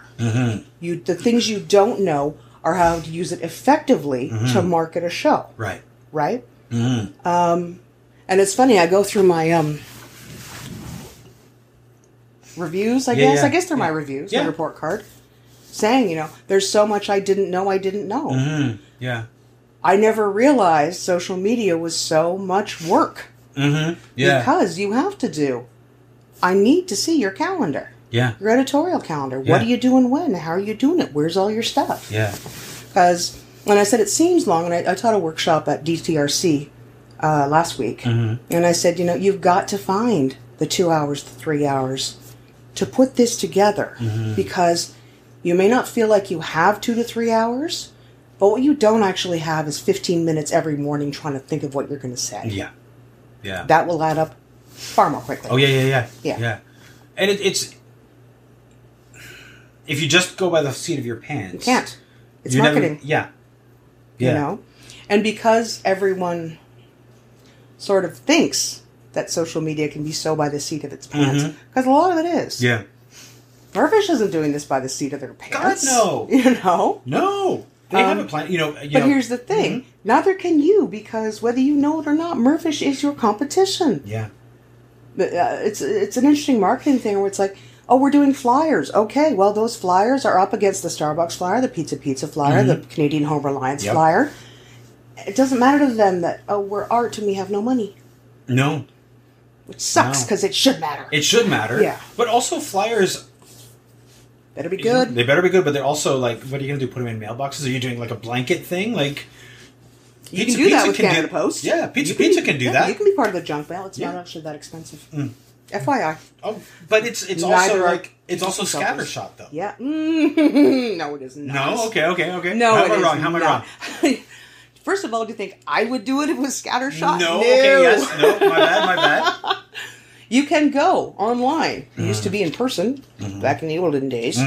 [SPEAKER 3] You the things you don't know are how to use it effectively to market a show
[SPEAKER 1] right
[SPEAKER 3] right? Um,
[SPEAKER 1] Mm.
[SPEAKER 3] and it's funny. I go through my um, reviews. I
[SPEAKER 1] Yeah,
[SPEAKER 3] guess.
[SPEAKER 1] yeah,
[SPEAKER 3] I guess they're my
[SPEAKER 1] yeah.
[SPEAKER 3] reviews,
[SPEAKER 1] Yeah.
[SPEAKER 3] my report card, saying you know, there's so much I didn't know. I didn't know.
[SPEAKER 1] Mm, yeah
[SPEAKER 3] I never realized social media was so much work
[SPEAKER 1] mm-hmm yeah
[SPEAKER 3] because you have to do. I need to see your calendar,
[SPEAKER 1] yeah
[SPEAKER 3] your editorial calendar. What
[SPEAKER 1] Yeah.
[SPEAKER 3] are you doing when? How are you doing it? Where's all your stuff?
[SPEAKER 1] yeah
[SPEAKER 3] because when I said it seems long, and I, I taught a workshop at DTRC uh, last week,
[SPEAKER 1] Mm-hmm.
[SPEAKER 3] and I said, you know, you've got to find the two hours, the three hours to put this together
[SPEAKER 1] Mm-hmm.
[SPEAKER 3] because you may not feel like you have two to three hours, but what you don't actually have is 15 minutes every morning trying to think of what you're going to say.
[SPEAKER 1] Yeah, yeah.
[SPEAKER 3] That will add up far more quickly.
[SPEAKER 1] oh yeah, yeah, yeah,
[SPEAKER 3] Yeah.
[SPEAKER 1] yeah. And it, it's if you just go by the seat of your pants,
[SPEAKER 3] You can't. It's
[SPEAKER 1] you're never-
[SPEAKER 3] marketing.
[SPEAKER 1] yeah, yeah,
[SPEAKER 3] you know and because everyone sort of thinks that social media can be so by the seat of its pants because a lot of it is
[SPEAKER 1] Mm-hmm. yeah.
[SPEAKER 3] Mervish isn't doing this by the seat of their pants
[SPEAKER 1] no.
[SPEAKER 3] you know
[SPEAKER 1] No, They have a plan. You know. You
[SPEAKER 3] Um, But
[SPEAKER 1] know,
[SPEAKER 3] here's the thing
[SPEAKER 1] Mm-hmm.
[SPEAKER 3] neither can you because whether you know it or not, Mervish is your competition.
[SPEAKER 1] yeah.
[SPEAKER 3] But, uh, it's it's an interesting marketing thing where it's like, oh, we're doing flyers. Okay, well, those flyers are up against the Starbucks flyer, the Pizza Pizza flyer, the Canadian Home Reliance
[SPEAKER 1] Mm-hmm. Yep.
[SPEAKER 3] flyer. It doesn't matter to them that oh, we're art and we have no money,
[SPEAKER 1] No,
[SPEAKER 3] which sucks
[SPEAKER 1] No.
[SPEAKER 3] because it should matter.
[SPEAKER 1] it should matter.
[SPEAKER 3] Yeah.
[SPEAKER 1] But also flyers.
[SPEAKER 3] Better be good.
[SPEAKER 1] They better be good, but they're also like, what are you going to do? Put them in mailboxes? Are you doing like a blanket thing? Like.
[SPEAKER 3] you can do that with Canada Post.
[SPEAKER 1] Yeah, Pizza
[SPEAKER 3] You can
[SPEAKER 1] Pizza
[SPEAKER 3] be-
[SPEAKER 1] can do
[SPEAKER 3] yeah,
[SPEAKER 1] that.
[SPEAKER 3] You can be part of the junk mail. It's not
[SPEAKER 1] Yeah. Mm.
[SPEAKER 3] actually that expensive. FYI.
[SPEAKER 1] Oh, but it's it's
[SPEAKER 3] Neither
[SPEAKER 1] also
[SPEAKER 3] are
[SPEAKER 1] like it's also
[SPEAKER 3] consultants.
[SPEAKER 1] scattershot though.
[SPEAKER 3] Yeah. no, it is not.
[SPEAKER 1] No. Okay. Okay. Okay.
[SPEAKER 3] No,
[SPEAKER 1] How
[SPEAKER 3] it
[SPEAKER 1] am I
[SPEAKER 3] is
[SPEAKER 1] wrong? How am I wrong?
[SPEAKER 3] not. First of all, do you think I would do it if it was scattershot?
[SPEAKER 1] No. Okay. Yes. No. My bad. My bad.
[SPEAKER 3] You can go online. It used to be in
[SPEAKER 1] Mm-hmm.
[SPEAKER 3] person back in the olden days.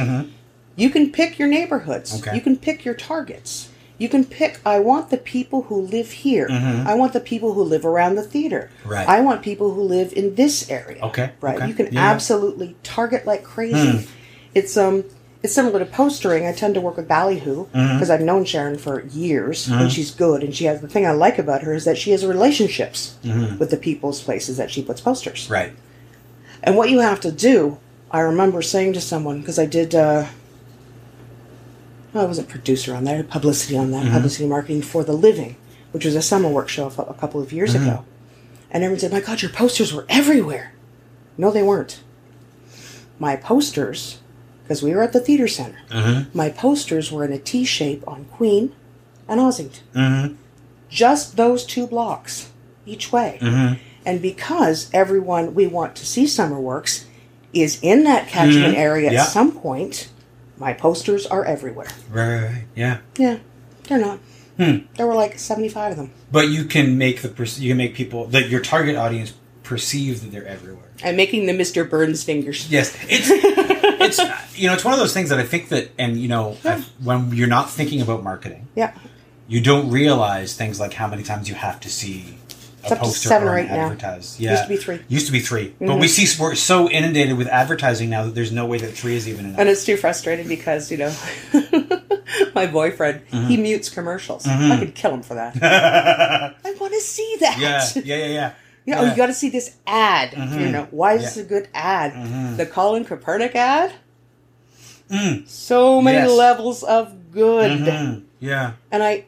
[SPEAKER 3] You can pick your neighborhoods.
[SPEAKER 1] Okay.
[SPEAKER 3] You can pick your targets. You can pick, I want the people who live here. I want the people who live around the theater.
[SPEAKER 1] Mm-hmm. Right.
[SPEAKER 3] I want people who live in this area.
[SPEAKER 1] Okay,
[SPEAKER 3] Right.
[SPEAKER 1] okay.
[SPEAKER 3] You can
[SPEAKER 1] Yeah. Hmm.
[SPEAKER 3] absolutely target like crazy. It's um it's similar to postering. I tend to work with Ballyhoo
[SPEAKER 1] Mm-hmm.
[SPEAKER 3] because I've known Sharon for years and she's good and she has the thing I like about her is that she has relationships
[SPEAKER 1] Mm-hmm.
[SPEAKER 3] with the people's places that she puts posters.
[SPEAKER 1] Right.
[SPEAKER 3] And what you have to do, I remember saying to someone because I did. Uh, I was a producer on that, I had publicity on that, publicity marketing for the living, which was a summer work show a couple of years ago. And everyone said, "My God, your posters were everywhere." No, they weren't. My posters, because we were at the theater center. My posters were in a T shape on Queen and Ossington. Just those two blocks each way. And because everyone we want to see summer works is in that catchment area
[SPEAKER 1] Yeah.
[SPEAKER 3] at some point, my posters are everywhere.
[SPEAKER 1] Right, right, right. Yeah.
[SPEAKER 3] Yeah, they're not.
[SPEAKER 1] Hmm.
[SPEAKER 3] There were like 75 of them.
[SPEAKER 1] But you can make the perce- you can make people that your target audience perceive that they're everywhere.
[SPEAKER 3] I'm making the Mr. Burns fingers.
[SPEAKER 1] Yes, it's it's uh, you know it's one of those things that I think that and you know I've- when you're not thinking about marketing,
[SPEAKER 3] Yeah.
[SPEAKER 1] you don't realize things like how many times you have to see a
[SPEAKER 3] It's up to
[SPEAKER 1] poster
[SPEAKER 3] seven
[SPEAKER 1] or
[SPEAKER 3] or
[SPEAKER 1] an
[SPEAKER 3] eight now.
[SPEAKER 1] advertise. Yeah,
[SPEAKER 3] Used to be three. Mm-hmm.
[SPEAKER 1] Used to be 3 but we see we're so inundated with advertising now that there's no way that three is even enough.
[SPEAKER 3] And it's too frustrating because, you know, my boyfriend, he
[SPEAKER 1] Mm-hmm.
[SPEAKER 3] mutes commercials. I could kill him for that. I want to see that.
[SPEAKER 1] yeah, yeah, yeah, yeah. Mm-hmm.
[SPEAKER 3] You know, oh, you got to see this ad. You know, why is this
[SPEAKER 1] Yeah. Mm-hmm.
[SPEAKER 3] a good ad? The Colin Kaepernick ad?
[SPEAKER 1] Mm.
[SPEAKER 3] So many
[SPEAKER 1] Yes.
[SPEAKER 3] levels of good.
[SPEAKER 1] Mhm. yeah.
[SPEAKER 3] And I,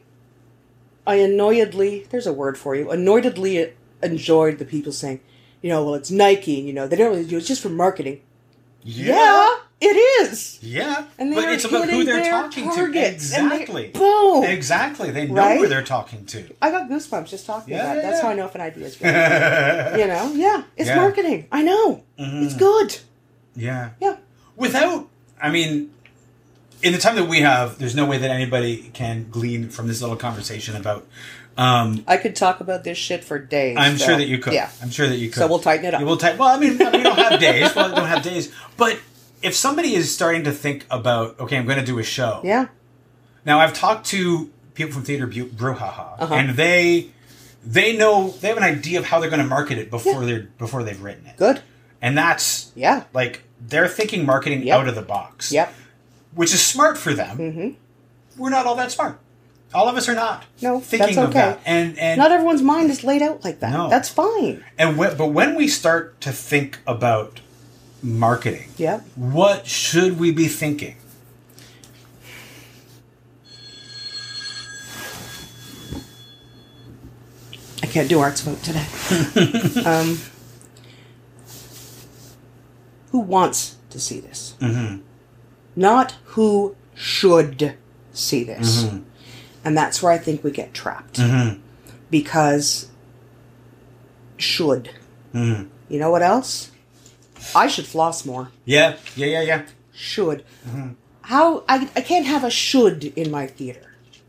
[SPEAKER 3] I annoyedly, there's a word for you, annoyedly enjoyed the people saying, you know, well, it's Nike, and you know, they don't really do it, it's just for marketing. Yeah, it is.
[SPEAKER 1] Yeah,
[SPEAKER 3] And they
[SPEAKER 1] but
[SPEAKER 3] are
[SPEAKER 1] it's about who
[SPEAKER 3] hitting
[SPEAKER 1] they're
[SPEAKER 3] their
[SPEAKER 1] talking to.
[SPEAKER 3] targets, and they-
[SPEAKER 1] Exactly.
[SPEAKER 3] boom.
[SPEAKER 1] Exactly. They know
[SPEAKER 3] Right?
[SPEAKER 1] who they're talking to.
[SPEAKER 3] I got goosebumps just talking
[SPEAKER 1] Yeah,
[SPEAKER 3] about it.
[SPEAKER 1] yeah,
[SPEAKER 3] That's
[SPEAKER 1] yeah.
[SPEAKER 3] how I know if an idea is good. you know, yeah, it's
[SPEAKER 1] Yeah. Mm-hmm.
[SPEAKER 3] marketing. I know. It's good.
[SPEAKER 1] Yeah.
[SPEAKER 3] Yeah.
[SPEAKER 1] Without, I mean, in the time that we have, there's no way that anybody can glean from this little conversation about. Um,
[SPEAKER 3] I could talk about this shit for days.
[SPEAKER 1] I'm
[SPEAKER 3] so-
[SPEAKER 1] sure that you could.
[SPEAKER 3] Yeah.
[SPEAKER 1] I'm sure that you could.
[SPEAKER 3] So we'll tighten it up.
[SPEAKER 1] You will tighten. Well, I mean, I mean, we don't have days. Well, we don't have days. But if somebody is starting to think about, okay, I'm going to do a show.
[SPEAKER 3] Yeah.
[SPEAKER 1] Now I've talked to people from Theater Bu- Brouhaha,
[SPEAKER 3] Uh-huh.
[SPEAKER 1] and they they know they have an idea of how they're going to market it before they're before they've written it.
[SPEAKER 3] Good.
[SPEAKER 1] And that's
[SPEAKER 3] Yeah.
[SPEAKER 1] like they're thinking marketing
[SPEAKER 3] Yep.
[SPEAKER 1] out of the box.
[SPEAKER 3] Yep.
[SPEAKER 1] Which is smart for them. Mm-hmm. We're not all that smart. All of us are not.
[SPEAKER 3] No,
[SPEAKER 1] thinking
[SPEAKER 3] that's
[SPEAKER 1] of
[SPEAKER 3] okay.
[SPEAKER 1] that. And and
[SPEAKER 3] Not everyone's mind is laid out like that.
[SPEAKER 1] No.
[SPEAKER 3] That's fine.
[SPEAKER 1] and when, but when we start to think about marketing,
[SPEAKER 3] Yep.
[SPEAKER 1] what should we be thinking?
[SPEAKER 3] I can't do arts vote today. um, who wants to see this? Not who should see this. And that's where I think we get trapped. Because should. You know what else? I should floss more.
[SPEAKER 1] Yeah, yeah, yeah, yeah.
[SPEAKER 3] Should. How I, I can't have a should in my theater.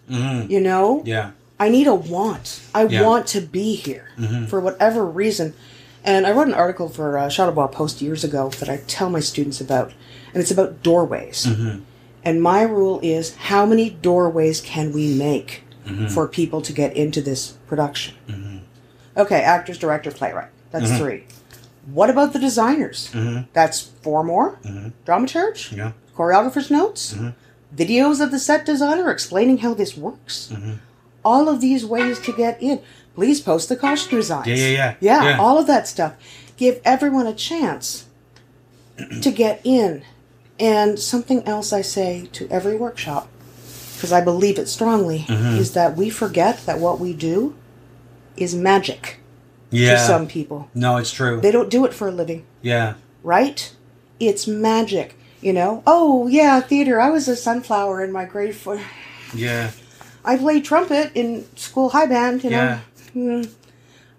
[SPEAKER 3] You know?
[SPEAKER 1] Yeah.
[SPEAKER 3] I need a want. I
[SPEAKER 1] Yeah. Mm-hmm.
[SPEAKER 3] want to be here for whatever reason. And I wrote an article for uh, Shadowball Post years ago that I tell my students about, and it's about doorways.
[SPEAKER 1] Mm-hmm.
[SPEAKER 3] And my rule is how many doorways can we make
[SPEAKER 1] Mm-hmm.
[SPEAKER 3] for people to get into this production? Okay, actors, director, playwright. That's
[SPEAKER 1] Mm-hmm.
[SPEAKER 3] three. What about the designers? That's four more. Dramaturge?
[SPEAKER 1] Mm-hmm. Yeah. Mm-hmm.
[SPEAKER 3] Choreographer's notes? videos of the set designer explaining how this works.
[SPEAKER 1] Mm-hmm.
[SPEAKER 3] All of these ways to get in. Please post the costume designs.
[SPEAKER 1] Yeah, yeah, yeah.
[SPEAKER 3] Yeah,
[SPEAKER 1] Yeah.
[SPEAKER 3] all of that stuff. Give everyone a chance to get in. And something else I say to every workshop, because I believe it strongly,
[SPEAKER 1] Mm-hmm.
[SPEAKER 3] is that we forget that what we do is magic
[SPEAKER 1] yeah.
[SPEAKER 3] to some people.
[SPEAKER 1] No, it's true.
[SPEAKER 3] They don't do it for a living
[SPEAKER 1] yeah.
[SPEAKER 3] right? It's magic, you know? Oh, yeah, theater. I was a sunflower in my grade four.
[SPEAKER 1] Yeah.
[SPEAKER 3] I played trumpet in school high band, you know?
[SPEAKER 1] Yeah. Mm-hmm.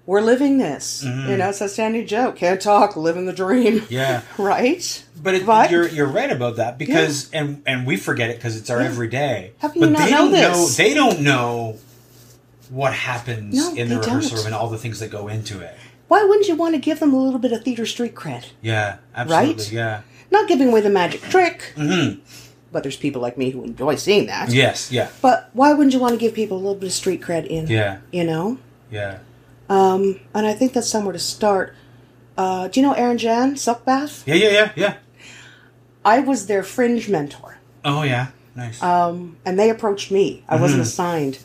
[SPEAKER 3] We're living this. You know, it's a standing joke. Can't talk, living the dream.
[SPEAKER 1] Yeah.
[SPEAKER 3] Right?
[SPEAKER 1] But, it,
[SPEAKER 3] But-
[SPEAKER 1] you're you're right about that because and and we forget it because it's our everyday.
[SPEAKER 3] How can
[SPEAKER 1] but
[SPEAKER 3] you not
[SPEAKER 1] they
[SPEAKER 3] know
[SPEAKER 1] don't
[SPEAKER 3] this?
[SPEAKER 1] know they don't know what happens
[SPEAKER 3] No,
[SPEAKER 1] in the
[SPEAKER 3] they
[SPEAKER 1] rehearsal
[SPEAKER 3] don't.
[SPEAKER 1] room and all the things that go into it.
[SPEAKER 3] Why wouldn't you want to give them a little bit of theater street cred?
[SPEAKER 1] Yeah, absolutely.
[SPEAKER 3] Right?
[SPEAKER 1] Yeah.
[SPEAKER 3] Not giving away the magic trick, but there's people like me who enjoy seeing that.
[SPEAKER 1] Yes. Mm-hmm. Yeah.
[SPEAKER 3] But why wouldn't you want to give people a little bit of street cred in?
[SPEAKER 1] Yeah.
[SPEAKER 3] You know?
[SPEAKER 1] Yeah.
[SPEAKER 3] Um, and I think that's somewhere to start. Uh, do you know Aaron Jan, Suck Bath?
[SPEAKER 1] Yeah. Yeah. Yeah. Yeah.
[SPEAKER 3] I was their fringe mentor,
[SPEAKER 1] Oh yeah. Nice.
[SPEAKER 3] um, and they approached me. I wasn't assigned.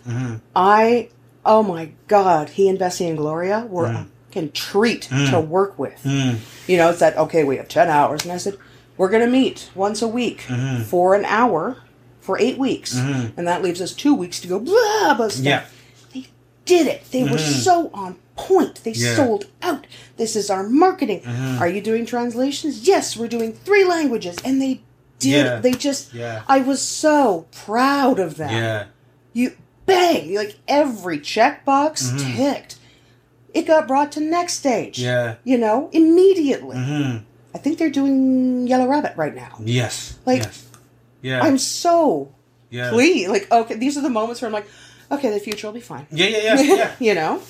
[SPEAKER 3] I, oh my God, he and Bessie and Gloria were a fucking treat to work with. You know, it's that, okay, we have 10 hours. And I said, we're going to meet once a week for an hour for eight weeks. And that leaves us two weeks to go blah, blah, stuff
[SPEAKER 1] yeah.
[SPEAKER 3] they did it. They were so on point. They
[SPEAKER 1] Mm-hmm. Yeah. Mm-hmm.
[SPEAKER 3] sold out. This is our marketing. Are you doing translations? Yes, we're doing three languages. And they did.
[SPEAKER 1] Yeah.
[SPEAKER 3] They just,
[SPEAKER 1] Yeah.
[SPEAKER 3] I was so proud of them.
[SPEAKER 1] Yeah.
[SPEAKER 3] You bang, like every checkbox
[SPEAKER 1] Mm-hmm.
[SPEAKER 3] ticked. It got brought to next stage.
[SPEAKER 1] Yeah. Mm-hmm.
[SPEAKER 3] You know, immediately.
[SPEAKER 1] Hmm.
[SPEAKER 3] I think they're doing Yellow Rabbit right now.
[SPEAKER 1] Yes.
[SPEAKER 3] Like-
[SPEAKER 1] yes. Yeah.
[SPEAKER 3] I'm so
[SPEAKER 1] yeah.
[SPEAKER 3] pleased. Like, okay, these are the moments where I'm like, okay, the future will be fine.
[SPEAKER 1] Yeah. Yeah. Yeah. Yeah.
[SPEAKER 3] you know?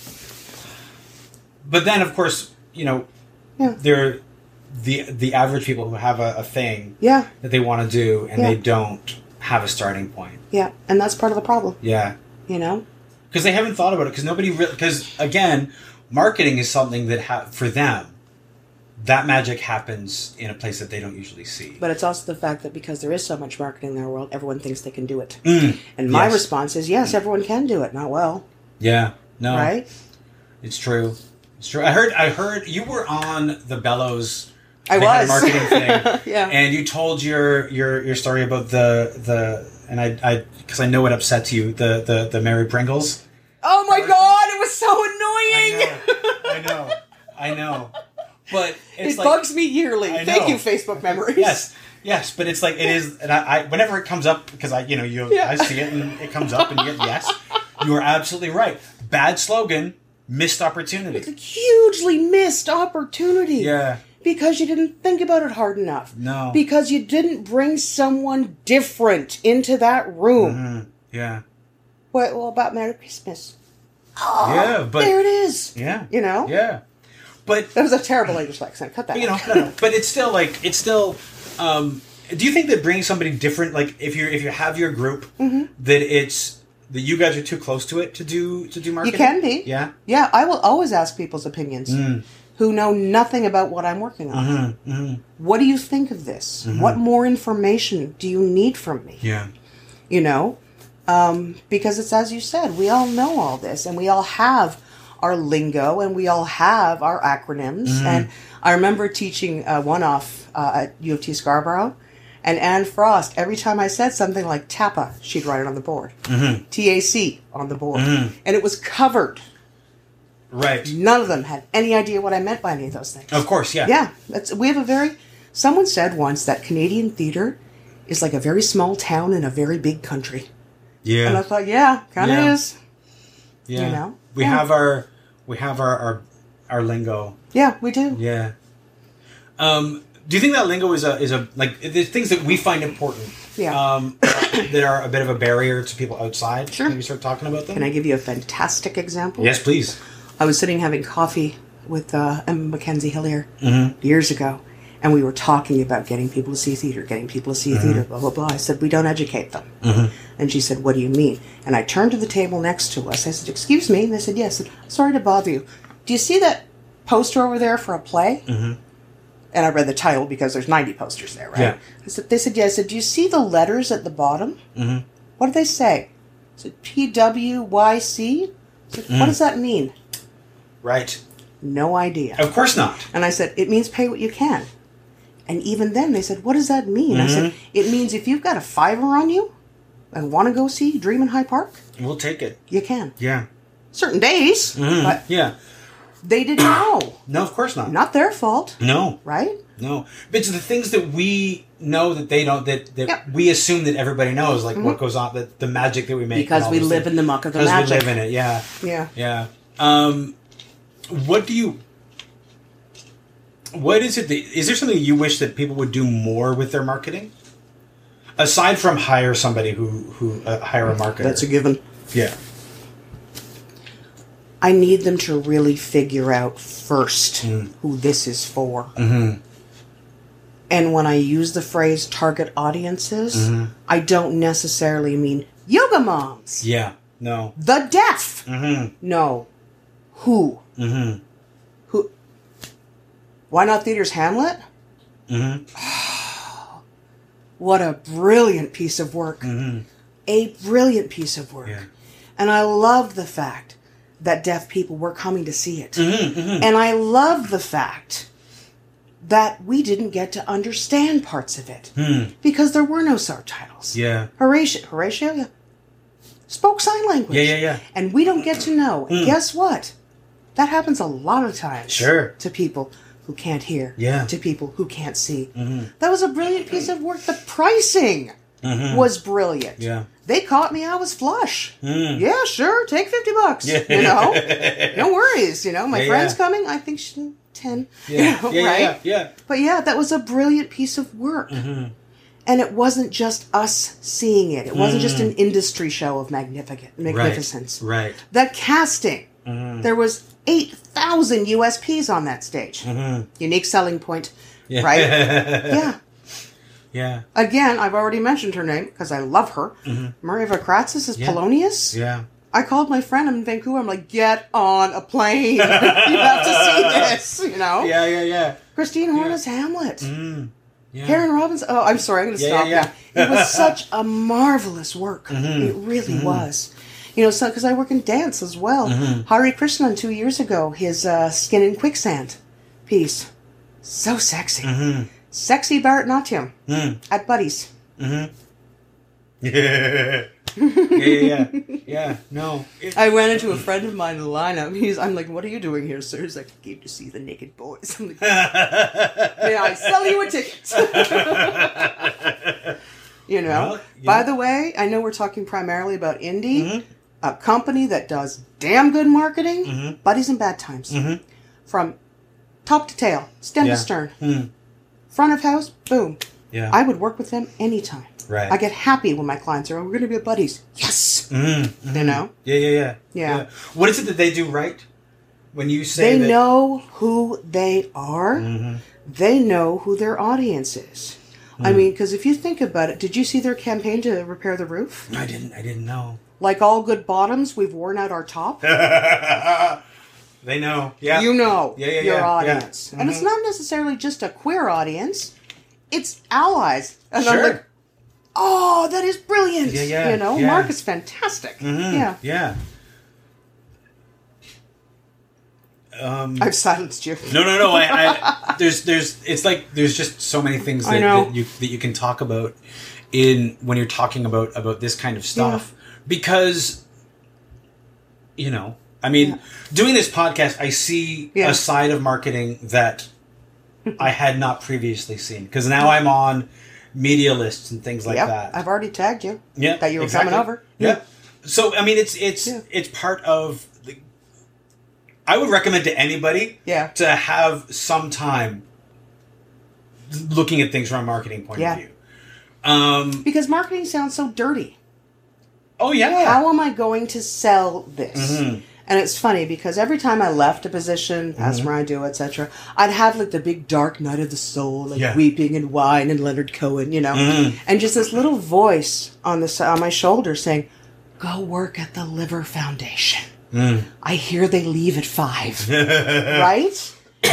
[SPEAKER 1] but then, of course, you know,
[SPEAKER 3] Yeah.
[SPEAKER 1] they're the the average people who have a, a thing
[SPEAKER 3] Yeah.
[SPEAKER 1] that they want to do and
[SPEAKER 3] Yeah.
[SPEAKER 1] they don't have a starting point.
[SPEAKER 3] Yeah, and that's part of the problem,
[SPEAKER 1] Yeah.
[SPEAKER 3] you know?
[SPEAKER 1] Because they haven't thought about it. Because nobody really. Because again, marketing is something that ha- for them, that magic happens in a place that they don't usually see.
[SPEAKER 3] But it's also the fact that because there is so much marketing in our world, everyone thinks they can do it.
[SPEAKER 1] Mm,
[SPEAKER 3] And my
[SPEAKER 1] yes.
[SPEAKER 3] response is yes, everyone can do it. Not well,
[SPEAKER 1] Yeah. No.
[SPEAKER 3] right?
[SPEAKER 1] It's true. It's true. I heard. I heard you were on the Bellows.
[SPEAKER 3] I
[SPEAKER 1] they had a
[SPEAKER 3] was.
[SPEAKER 1] marketing thing.
[SPEAKER 3] Yeah.
[SPEAKER 1] And you told your your your story about the the and I I because I know it upsets you the the the Mary Pringles.
[SPEAKER 3] Oh my god, it was so annoying.
[SPEAKER 1] I know. I know. I know. But it's
[SPEAKER 3] It
[SPEAKER 1] like,
[SPEAKER 3] bugs me yearly.
[SPEAKER 1] I
[SPEAKER 3] Thank
[SPEAKER 1] know.
[SPEAKER 3] you, Facebook memories.
[SPEAKER 1] Yes. Yes, but it's like it is, and I, I whenever it comes up because I, you know, you
[SPEAKER 3] Yeah.
[SPEAKER 1] I see it and it comes up and you get yes, you are absolutely right. Bad slogan, missed opportunity.
[SPEAKER 3] Hugely missed opportunity.
[SPEAKER 1] Yeah.
[SPEAKER 3] Because you didn't think about it hard enough.
[SPEAKER 1] No.
[SPEAKER 3] Because you didn't bring someone different into that room.
[SPEAKER 1] Mm-hmm. Yeah.
[SPEAKER 3] What, what about Merry Christmas?
[SPEAKER 1] yeah, but
[SPEAKER 3] there it is.
[SPEAKER 1] yeah,
[SPEAKER 3] You know?
[SPEAKER 1] yeah, but
[SPEAKER 3] That was a terrible English accent. Cut that.
[SPEAKER 1] you know,
[SPEAKER 3] out.
[SPEAKER 1] no, no, but it's still like it's still. Um, do you think that bringing somebody different, like if you are if you have your group,
[SPEAKER 3] Mm-hmm.
[SPEAKER 1] that it's that you guys are too close to it to do to do
[SPEAKER 3] You
[SPEAKER 1] marketing?
[SPEAKER 3] can be.
[SPEAKER 1] Yeah. Mm.
[SPEAKER 3] Yeah, I will always ask people's opinions who know nothing about what I'm working on.
[SPEAKER 1] Mm-hmm,
[SPEAKER 3] What do you think of this? What more information do you need from me?
[SPEAKER 1] Yeah.
[SPEAKER 3] You know? Um, because it's as you said, we all know all this and we all have our lingo and we all have our acronyms.
[SPEAKER 1] Mm-hmm.
[SPEAKER 3] And I remember teaching uh, one off uh, at U of T Scarborough. And Anne Frost, every time I said something like TAPA, she'd write it on the board.
[SPEAKER 1] Mm-hmm.
[SPEAKER 3] TAC on the board. And it was covered.
[SPEAKER 1] Right.
[SPEAKER 3] None of them had any idea what I meant by any of those things.
[SPEAKER 1] Of course. Yeah.
[SPEAKER 3] Yeah, that's we have a very. Someone said once that Canadian theater is like a very small town in a very big country,
[SPEAKER 1] Yeah.
[SPEAKER 3] and I thought, yeah, kind of
[SPEAKER 1] Yeah.
[SPEAKER 3] is.
[SPEAKER 1] yeah.
[SPEAKER 3] you know?
[SPEAKER 1] We
[SPEAKER 3] Yeah.
[SPEAKER 1] have our we have our our, our lingo.
[SPEAKER 3] Yeah, we do.
[SPEAKER 1] Yeah. Um, do you think that lingo is a is a like there's things that we find important?
[SPEAKER 3] Yeah.
[SPEAKER 1] Um, that are a bit of a barrier to people outside.
[SPEAKER 3] Sure.
[SPEAKER 1] When you start talking about them.
[SPEAKER 3] Can I give you a fantastic example?
[SPEAKER 1] Yes, please.
[SPEAKER 3] I was sitting having coffee with uh, Emma Mackenzie Hillier years ago, and we were talking about getting people to see theater, getting people to see theater, blah, blah, blah. I said, We don't educate them. And she said, What do you mean? And I turned to the table next to us. I said, Excuse me. And they said, Yes. I said, Sorry to bother you. Do you see that poster over there for a play? And I read the title because there's 90 posters there, right?
[SPEAKER 1] Yeah.
[SPEAKER 3] I said, they said, yeah. I said, do you see the letters at the bottom? Mm-hmm. What do they say? I said, PWYC? I said, what does that mean?
[SPEAKER 1] Right.
[SPEAKER 3] No idea.
[SPEAKER 1] Of course not.
[SPEAKER 3] And I said, it means pay what you can. And even then, they said, what does that mean? I said,
[SPEAKER 1] Mm-hmm.
[SPEAKER 3] it means if you've got a fiver on you and want to go see Dream in High Park,
[SPEAKER 1] We'll take it.
[SPEAKER 3] you can.
[SPEAKER 1] Yeah.
[SPEAKER 3] Certain days,
[SPEAKER 1] Mm-hmm.
[SPEAKER 3] but
[SPEAKER 1] Yeah.
[SPEAKER 3] they didn't know.
[SPEAKER 1] No, of course not.
[SPEAKER 3] Not their fault,
[SPEAKER 1] No.
[SPEAKER 3] right?
[SPEAKER 1] No. But it's the things that we know that they don't that, that
[SPEAKER 3] Yep.
[SPEAKER 1] we assume that everybody knows, like what goes on that the magic that we make.
[SPEAKER 3] Mm-hmm. Because we live in the muck of the
[SPEAKER 1] Because we
[SPEAKER 3] magic.
[SPEAKER 1] live in it, yeah.
[SPEAKER 3] Yeah.
[SPEAKER 1] Yeah. Um what do you what is it that is there something you wish that people would do more with their marketing? Aside from hire somebody who who uh, hire a marketer.
[SPEAKER 3] That's a given.
[SPEAKER 1] yeah.
[SPEAKER 3] I need them to really figure out first who this is for. And when I use the phrase target audiences, I don't necessarily mean yoga moms,
[SPEAKER 1] Yeah. No.
[SPEAKER 3] the deaf.
[SPEAKER 1] Mm-hmm.
[SPEAKER 3] No. Who? Mm-hmm. Who? Why not Theater's Hamlet?
[SPEAKER 1] Mhm. Mm-hmm.
[SPEAKER 3] what a brilliant piece of work. A brilliant piece of work.
[SPEAKER 1] Mm-hmm. Yeah.
[SPEAKER 3] And I love the fact that deaf people were coming to see it.
[SPEAKER 1] Mm-hmm,
[SPEAKER 3] And I love the fact that we didn't get to understand parts of it because there were no subtitles.
[SPEAKER 1] Hmm. Yeah.
[SPEAKER 3] Horatio, Horatio yeah, spoke sign language.
[SPEAKER 1] Yeah, yeah, yeah. Hmm.
[SPEAKER 3] And we don't get to know. And guess what? That happens a lot of times.
[SPEAKER 1] Sure.
[SPEAKER 3] To people who can't hear.
[SPEAKER 1] Yeah. Mm-hmm.
[SPEAKER 3] To people who can't see. That was a brilliant piece of work. The pricing was brilliant.
[SPEAKER 1] Mm-hmm. Yeah. Hmm.
[SPEAKER 3] They caught me. I was flush. Yeah, sure. Take 50 bucks. You know? no worries. You know, my
[SPEAKER 1] Yeah,
[SPEAKER 3] friend's
[SPEAKER 1] yeah.
[SPEAKER 3] coming. I think she, 10.
[SPEAKER 1] Yeah.
[SPEAKER 3] You know,
[SPEAKER 1] yeah,
[SPEAKER 3] right?
[SPEAKER 1] yeah, yeah.
[SPEAKER 3] But yeah, that was a brilliant piece of work.
[SPEAKER 1] Mm-hmm.
[SPEAKER 3] And it wasn't just us seeing it. It wasn't just an industry show of magnificent magnificence.
[SPEAKER 1] Mm. Right. Mm-hmm.
[SPEAKER 3] The casting. There was 8,000 USPs on that stage.
[SPEAKER 1] Mm-hmm.
[SPEAKER 3] Unique selling point, right? yeah.
[SPEAKER 1] Yeah.
[SPEAKER 3] Again, I've already mentioned her name because I love her. Maria Vakratsis is Polonius.
[SPEAKER 1] Mm-hmm. Yeah.
[SPEAKER 3] I called my friend in Vancouver. I'm like, get on a plane. you have to see this, you know?
[SPEAKER 1] Yeah, yeah, yeah. Mm,
[SPEAKER 3] Christine Horn is Hamlet.
[SPEAKER 1] Yeah.
[SPEAKER 3] Karen Robbins. Oh, I'm sorry. I'm going to
[SPEAKER 1] Yeah,
[SPEAKER 3] stop
[SPEAKER 1] yeah, yeah. Mm-hmm,
[SPEAKER 3] now. It was such a marvelous work. It really was. You know, because I work in dance as well.
[SPEAKER 1] Mm-hmm.
[SPEAKER 3] Hari Krishnan two years ago, his uh, Skin in Quicksand piece. So sexy.
[SPEAKER 1] Mm-hmm.
[SPEAKER 3] Sexy Bharatanatyam
[SPEAKER 1] Mm.
[SPEAKER 3] at Buddy's.
[SPEAKER 1] yeah, yeah, yeah, yeah. No, it,
[SPEAKER 3] I ran into a friend of mine in the lineup. He's, I'm like, what are you doing here, sir? He's like, I came to see the naked boys. I'm like, may I sell you a ticket? you know?
[SPEAKER 1] Well, you Mm-hmm.
[SPEAKER 3] By
[SPEAKER 1] know-
[SPEAKER 3] the way, I know we're talking primarily about indie, a company that does damn good marketing,
[SPEAKER 1] Mm-hmm.
[SPEAKER 3] buddies in bad times. From top to tail, stem
[SPEAKER 1] Yeah. Mm-hmm.
[SPEAKER 3] to stern, front of house, boom.
[SPEAKER 1] yeah,
[SPEAKER 3] I would work with them anytime.
[SPEAKER 1] Right.
[SPEAKER 3] I get happy when my clients are, oh, we're going to be buddies. Yes!
[SPEAKER 1] Mm. Mm-hmm.
[SPEAKER 3] You know?
[SPEAKER 1] yeah, yeah, yeah,
[SPEAKER 3] Yeah.
[SPEAKER 1] What is it that they do right? When you say
[SPEAKER 3] they
[SPEAKER 1] that,
[SPEAKER 3] know who they are
[SPEAKER 1] Mm-hmm.
[SPEAKER 3] they know who their audience is i
[SPEAKER 1] Mm.
[SPEAKER 3] mean because if you think about it did you see their campaign to repair the roof
[SPEAKER 1] I didn't, I didn't know.
[SPEAKER 3] like all good bottoms we've worn out our top
[SPEAKER 1] They know. Yeah,
[SPEAKER 3] you know
[SPEAKER 1] Yeah, yeah,
[SPEAKER 3] your
[SPEAKER 1] yeah, Mm-hmm. yeah.
[SPEAKER 3] audience and it's not necessarily just a queer audience it's allies and i'm
[SPEAKER 1] Sure.
[SPEAKER 3] like oh that is brilliant
[SPEAKER 1] Yeah, yeah,
[SPEAKER 3] you know
[SPEAKER 1] yeah. Mm-hmm.
[SPEAKER 3] mark is fantastic yeah
[SPEAKER 1] yeah. Mm-hmm.
[SPEAKER 3] i've silenced you
[SPEAKER 1] No, no, no. I, I there's there's it's like there's just so many things
[SPEAKER 3] I
[SPEAKER 1] that,
[SPEAKER 3] know.
[SPEAKER 1] that you that you can talk about in when you're talking about about this kind of stuff because you know I mean doing this podcast I see
[SPEAKER 3] Yeah.
[SPEAKER 1] a side of marketing that I had not previously seen because now I'm on media lists and things like
[SPEAKER 3] yep
[SPEAKER 1] that
[SPEAKER 3] i've already tagged you
[SPEAKER 1] yeah,
[SPEAKER 3] that you were
[SPEAKER 1] exactly.
[SPEAKER 3] coming over
[SPEAKER 1] Yeah. So I mean, it's it's
[SPEAKER 3] Yeah.
[SPEAKER 1] it's part of. The, I would recommend to anybody,
[SPEAKER 3] Yeah.
[SPEAKER 1] to have some time looking at things from a marketing point
[SPEAKER 3] Yeah.
[SPEAKER 1] of view. Um.
[SPEAKER 3] because marketing sounds so dirty
[SPEAKER 1] Oh yeah.
[SPEAKER 3] how am I going to sell this?
[SPEAKER 1] Mhm.
[SPEAKER 3] And it's funny because every time I left a position, that's
[SPEAKER 1] Mm-hmm.
[SPEAKER 3] where I do, etc., I'd have like the big dark night of the soul, like
[SPEAKER 1] Yeah. Mm-hmm.
[SPEAKER 3] weeping and wine and Leonard Cohen, you know, and just this little voice on the s- on my shoulder saying, "Go work at the
[SPEAKER 1] Mm.
[SPEAKER 3] Liver Foundation." I hear they leave at five, right?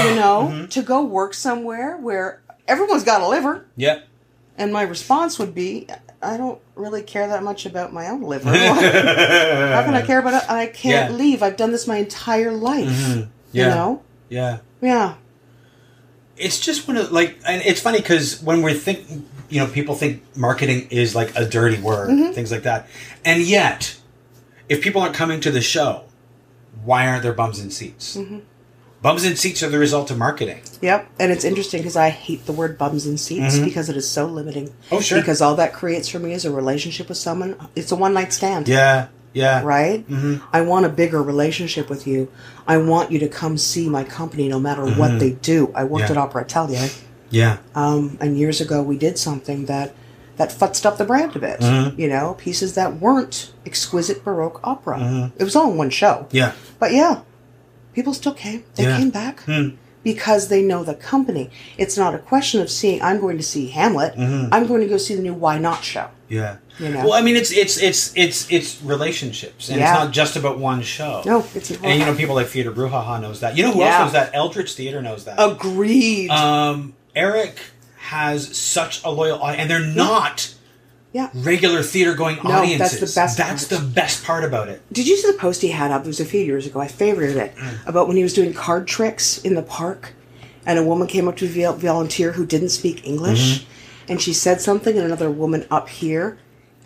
[SPEAKER 3] you know,
[SPEAKER 1] Mm-hmm.
[SPEAKER 3] to go work somewhere where everyone's got a liver.
[SPEAKER 1] Yeah.
[SPEAKER 3] And my response would be, I don't really care that much about my own liver. How can I care about it? I can't
[SPEAKER 1] Yeah. Mm-hmm.
[SPEAKER 3] leave. I've done this my entire life.
[SPEAKER 1] Yeah.
[SPEAKER 3] You know?
[SPEAKER 1] Yeah.
[SPEAKER 3] Yeah.
[SPEAKER 1] It's just one of like, and it's funny because when we're think, you know, people think marketing is like a dirty word,
[SPEAKER 3] Mm-hmm.
[SPEAKER 1] things like that, and yet, if people aren't coming to the show, why aren't there bums in seats?
[SPEAKER 3] Mm-hmm.
[SPEAKER 1] Bums in seats are the result of marketing.
[SPEAKER 3] Yep. And it's interesting because I hate the word bums and seats because it is so limiting.
[SPEAKER 1] Mm-hmm. Oh, sure.
[SPEAKER 3] Because all that creates for me is a relationship with someone. It's a one night stand.
[SPEAKER 1] Yeah. Yeah.
[SPEAKER 3] Right? Mm-hmm. I want a bigger relationship with you. I want you to come see my company no matter what they do. I worked
[SPEAKER 1] Mm-hmm. Yeah.
[SPEAKER 3] at Opera Italia.
[SPEAKER 1] Yeah.
[SPEAKER 3] Um, and years ago, we did something that that futzed up the brand a bit.
[SPEAKER 1] Mm-hmm.
[SPEAKER 3] You know, pieces that weren't exquisite Baroque opera. It was all in one show.
[SPEAKER 1] Mm-hmm. Yeah.
[SPEAKER 3] But yeah, people still came. They
[SPEAKER 1] Yeah. Hmm.
[SPEAKER 3] came back because they know the company. It's not a question of seeing. I'm going to see Hamlet.
[SPEAKER 1] Mm-hmm.
[SPEAKER 3] I'm going to go see the new Why Not show.
[SPEAKER 1] Yeah.
[SPEAKER 3] You know?
[SPEAKER 1] Well, I mean, it's it's it's it's it's relationships, and
[SPEAKER 3] Yeah.
[SPEAKER 1] it's not just about one show.
[SPEAKER 3] No, it's a-
[SPEAKER 1] and you know, people like Theater Bruhaha knows that. You know who
[SPEAKER 3] Yeah. Oh,
[SPEAKER 1] else knows that? Eldritch Theater knows that.
[SPEAKER 3] Agreed.
[SPEAKER 1] Um, Eric has such a loyal audience, and they're not
[SPEAKER 3] yeah.
[SPEAKER 1] regular theater going
[SPEAKER 3] that's
[SPEAKER 1] audiences.
[SPEAKER 3] the best
[SPEAKER 1] That's
[SPEAKER 3] part.
[SPEAKER 1] the best part about it.
[SPEAKER 3] Did you see the post he had up? It was a few years ago. I favorited it
[SPEAKER 1] Mm.
[SPEAKER 3] about when he was doing card tricks in the park, and a woman came up to a vol- volunteer who didn't speak English,
[SPEAKER 1] Mm-hmm.
[SPEAKER 3] and she said something, and another woman up here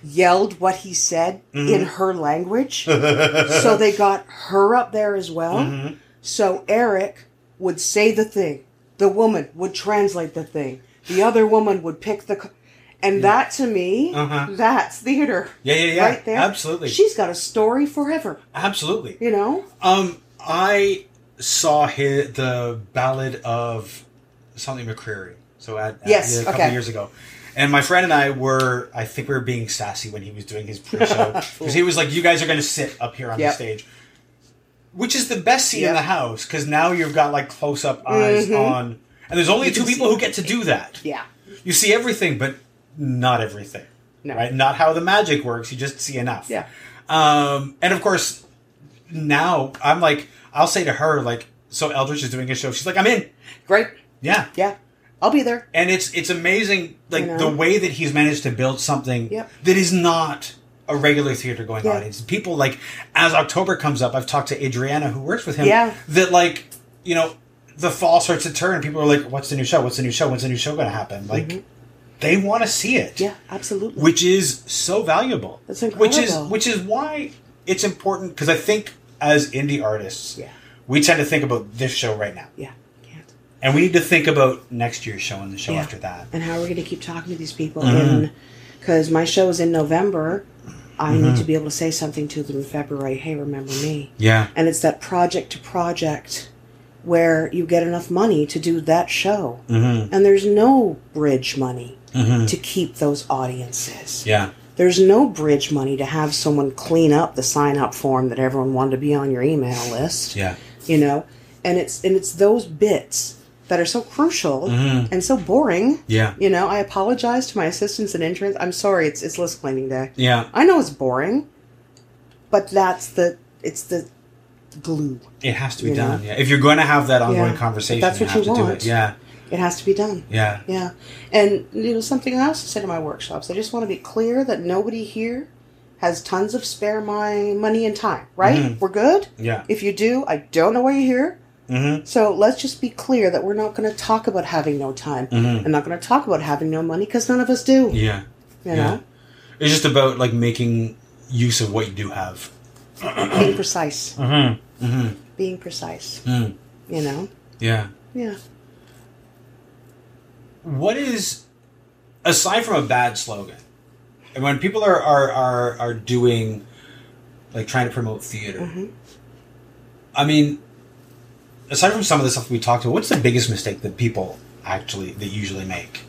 [SPEAKER 3] yelled what he said
[SPEAKER 1] Mm-hmm.
[SPEAKER 3] in her language. so they got her up there as well.
[SPEAKER 1] Mm-hmm.
[SPEAKER 3] So Eric would say the thing, the woman would translate the thing, the other woman would pick the. c and that to me,
[SPEAKER 1] Uh-huh.
[SPEAKER 3] that's theater.
[SPEAKER 1] Yeah, yeah, yeah.
[SPEAKER 3] Right there.
[SPEAKER 1] Absolutely.
[SPEAKER 3] She's got a story forever,
[SPEAKER 1] Absolutely.
[SPEAKER 3] you know?
[SPEAKER 1] Um, I saw his, the Ballad of something McCreary. So at, at-
[SPEAKER 3] Yes,
[SPEAKER 1] yeah, a couple
[SPEAKER 3] okay.
[SPEAKER 1] years ago. And my friend and I were, I think we were being sassy when he was doing his pre-show because he was like, "You guys are going to sit up here on
[SPEAKER 3] Yep.
[SPEAKER 1] the stage," which is the best scene in
[SPEAKER 3] Yep. Mm-hmm.
[SPEAKER 1] the house because now you've got like close-up eyes on, and there's only two people who get to do that.
[SPEAKER 3] Yeah.
[SPEAKER 1] You see everything, but not everything.
[SPEAKER 3] No.
[SPEAKER 1] Right? Not how the magic works. You just see enough.
[SPEAKER 3] Yeah.
[SPEAKER 1] Um, and of course, now I'm like, I'll say to her, like, so Eldritch is doing a show. She's like, I'm in.
[SPEAKER 3] Great.
[SPEAKER 1] Yeah.
[SPEAKER 3] Yeah. I'll be there.
[SPEAKER 1] And it's it's amazing, like
[SPEAKER 3] know?
[SPEAKER 1] the way that he's managed to build something
[SPEAKER 3] Yep.
[SPEAKER 1] that is not a regular theater going
[SPEAKER 3] Yeah.
[SPEAKER 1] audience. People like as October comes up, I've talked to Adriana who works with him.
[SPEAKER 3] Yeah.
[SPEAKER 1] That like you know the fall starts to turn. People are like, "What's the new show? What's the new show? When's the new show going to happen?" Like they want to see it
[SPEAKER 3] Mm-hmm. Yeah, absolutely.
[SPEAKER 1] which is so valuable.
[SPEAKER 3] That's
[SPEAKER 1] Which is
[SPEAKER 3] incredible.
[SPEAKER 1] which is why it's important because I think as indie artists,
[SPEAKER 3] Yeah.
[SPEAKER 1] we tend to think about this show right now,
[SPEAKER 3] yeah. Can't.
[SPEAKER 1] and we need to think about next year's show and the show
[SPEAKER 3] Yeah.
[SPEAKER 1] after that.
[SPEAKER 3] And how are we going to keep talking to these people?
[SPEAKER 1] Mm-hmm.
[SPEAKER 3] Because my show is in November. I need to be able to say something to them in February. Hey, remember me.
[SPEAKER 1] Mm-hmm. Yeah,
[SPEAKER 3] And it's that project to project where you get enough money to do that show. Mm-hmm. And there's no bridge money to keep those audiences.
[SPEAKER 1] Mm-hmm. yeah,
[SPEAKER 3] There's no bridge money to have someone clean up the sign up form that everyone wanted to be on your email list.
[SPEAKER 1] yeah,
[SPEAKER 3] You know? And it's and it's those bits that are so crucial and so boring.
[SPEAKER 1] Mm-hmm. Yeah.
[SPEAKER 3] You know, I apologize to my assistants and interns. I'm sorry, it's it's list cleaning day.
[SPEAKER 1] yeah.
[SPEAKER 3] I know it's boring, but that's the it's the glue.
[SPEAKER 1] It has to be
[SPEAKER 3] You know?
[SPEAKER 1] done. Yeah, if you're going to have that ongoing
[SPEAKER 3] Yeah.
[SPEAKER 1] conversation,
[SPEAKER 3] That's what
[SPEAKER 1] have
[SPEAKER 3] you
[SPEAKER 1] to do
[SPEAKER 3] want.
[SPEAKER 1] it. Yeah,
[SPEAKER 3] It has to be done.
[SPEAKER 1] yeah,
[SPEAKER 3] Yeah. And, you know, something I also said in my workshops, I just want to be clear that nobody here has tons of spare my money and time, right? We're good?
[SPEAKER 1] Mm-hmm. Yeah.
[SPEAKER 3] If you do, I don't know why you're here.
[SPEAKER 1] Mhm.
[SPEAKER 3] So let's just be clear that we're not going to talk about having no time. I'm not going to talk about having no money because none of us do.
[SPEAKER 1] Mm-hmm. yeah.
[SPEAKER 3] You
[SPEAKER 1] yeah.
[SPEAKER 3] know?
[SPEAKER 1] It's just about like making use of what you do have.
[SPEAKER 3] Being precise. Mm-hmm. Mm-hmm. Being precise.
[SPEAKER 1] Mm.
[SPEAKER 3] You know?
[SPEAKER 1] Yeah.
[SPEAKER 3] Yeah.
[SPEAKER 1] what is aside from a bad slogan and when people are are are, are doing like trying to promote theater
[SPEAKER 3] Mm-hmm.
[SPEAKER 1] i mean aside from some of the stuff we talked about what's the biggest mistake that people actually that usually make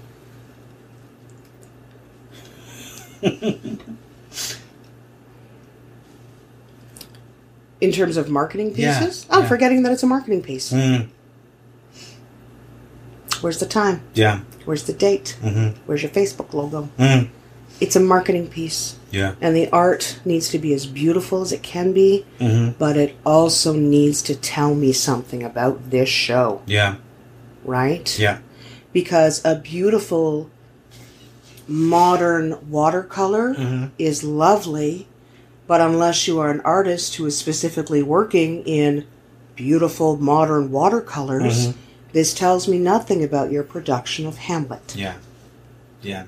[SPEAKER 3] In terms of marketing
[SPEAKER 1] Yeah.
[SPEAKER 3] pieces, I'm
[SPEAKER 1] Yeah. Mm.
[SPEAKER 3] forgetting that it's a marketing piece. Where's the time?
[SPEAKER 1] yeah Mm-hmm.
[SPEAKER 3] Where's the date? Where's your Facebook logo?
[SPEAKER 1] Mm.
[SPEAKER 3] It's a marketing piece.
[SPEAKER 1] Yeah.
[SPEAKER 3] and the art needs to be as beautiful as it can be,
[SPEAKER 1] Mm-hmm.
[SPEAKER 3] but it also needs to tell me something about this show,
[SPEAKER 1] Yeah.
[SPEAKER 3] right?
[SPEAKER 1] Yeah.
[SPEAKER 3] Because a beautiful modern watercolor is lovely, but unless you are an artist who is specifically working in beautiful modern watercolors, this tells me nothing about your production of Hamlet
[SPEAKER 1] Yeah. Yeah.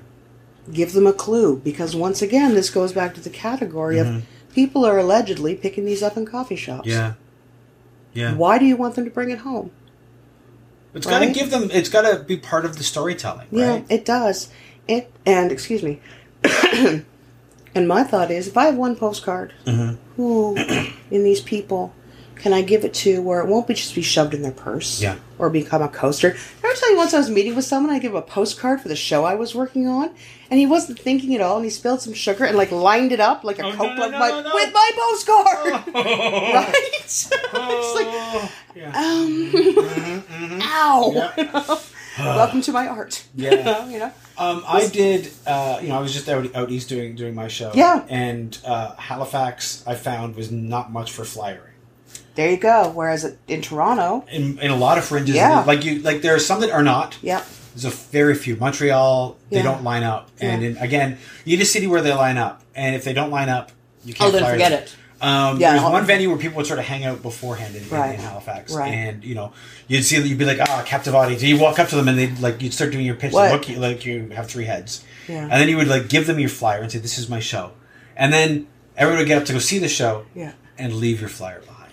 [SPEAKER 3] give them a clue because once again this goes back to the category of people are allegedly picking these up in coffee shops
[SPEAKER 1] Yeah. Yeah.
[SPEAKER 3] why do you want them to bring it home
[SPEAKER 1] It's got to
[SPEAKER 3] Right?
[SPEAKER 1] give them. It's got to be part of the storytelling, right?
[SPEAKER 3] yeah it does it and excuse me and my thought is if i have one postcard
[SPEAKER 1] Mm-hmm.
[SPEAKER 3] who in these people can i give it to where it won't be just be shoved in their purse
[SPEAKER 1] Yeah.
[SPEAKER 3] or become a coaster i was telling you once i was meeting with someone i gave a postcard for the show i was working on and he wasn't thinking at all and he spilled some sugar and like lined it up like a
[SPEAKER 1] Oh, no,
[SPEAKER 3] coke
[SPEAKER 1] no,
[SPEAKER 3] like
[SPEAKER 1] no,
[SPEAKER 3] my,
[SPEAKER 1] no, Oh. no.
[SPEAKER 3] with my postcard
[SPEAKER 1] right.
[SPEAKER 3] right it's
[SPEAKER 1] Oh.
[SPEAKER 3] like uh, um,
[SPEAKER 1] yeah. Mm-hmm,
[SPEAKER 3] ow welcome to my art
[SPEAKER 1] Yeah.
[SPEAKER 3] you know
[SPEAKER 1] Um, I did. Uh, you know, I was just out, out east doing doing my show.
[SPEAKER 3] Yeah.
[SPEAKER 1] And uh, Halifax, I found, was not much for flyering.
[SPEAKER 3] there you go whereas in toronto
[SPEAKER 1] In, in a lot of fringes,
[SPEAKER 3] Yeah.
[SPEAKER 1] like you, like there are some that are not.
[SPEAKER 3] yeah
[SPEAKER 1] There's a very few. Montreal, they
[SPEAKER 3] Yeah.
[SPEAKER 1] don't line up, and
[SPEAKER 3] Yeah.
[SPEAKER 1] in, again, you need a city where they line up, and if they don't line up, you can't.
[SPEAKER 3] Oh, then
[SPEAKER 1] flyer
[SPEAKER 3] forget
[SPEAKER 1] them.
[SPEAKER 3] it.
[SPEAKER 1] Um,
[SPEAKER 3] Yeah,
[SPEAKER 1] there's
[SPEAKER 3] I'll-
[SPEAKER 1] one venue where people would sort of hang out beforehand in, in-
[SPEAKER 3] Right.
[SPEAKER 1] in Halifax,
[SPEAKER 3] Right.
[SPEAKER 1] and you know, you'd see you'd be like, ah, captive audience. You walk up to them, and they would like you'd start doing your pitch,
[SPEAKER 3] What?
[SPEAKER 1] like, you, like you have three heads,
[SPEAKER 3] Yeah.
[SPEAKER 1] and then you would like give them your flyer and say, "This is my show," and then everyone would get up to go see the show,
[SPEAKER 3] Yeah.
[SPEAKER 1] and leave your flyer behind.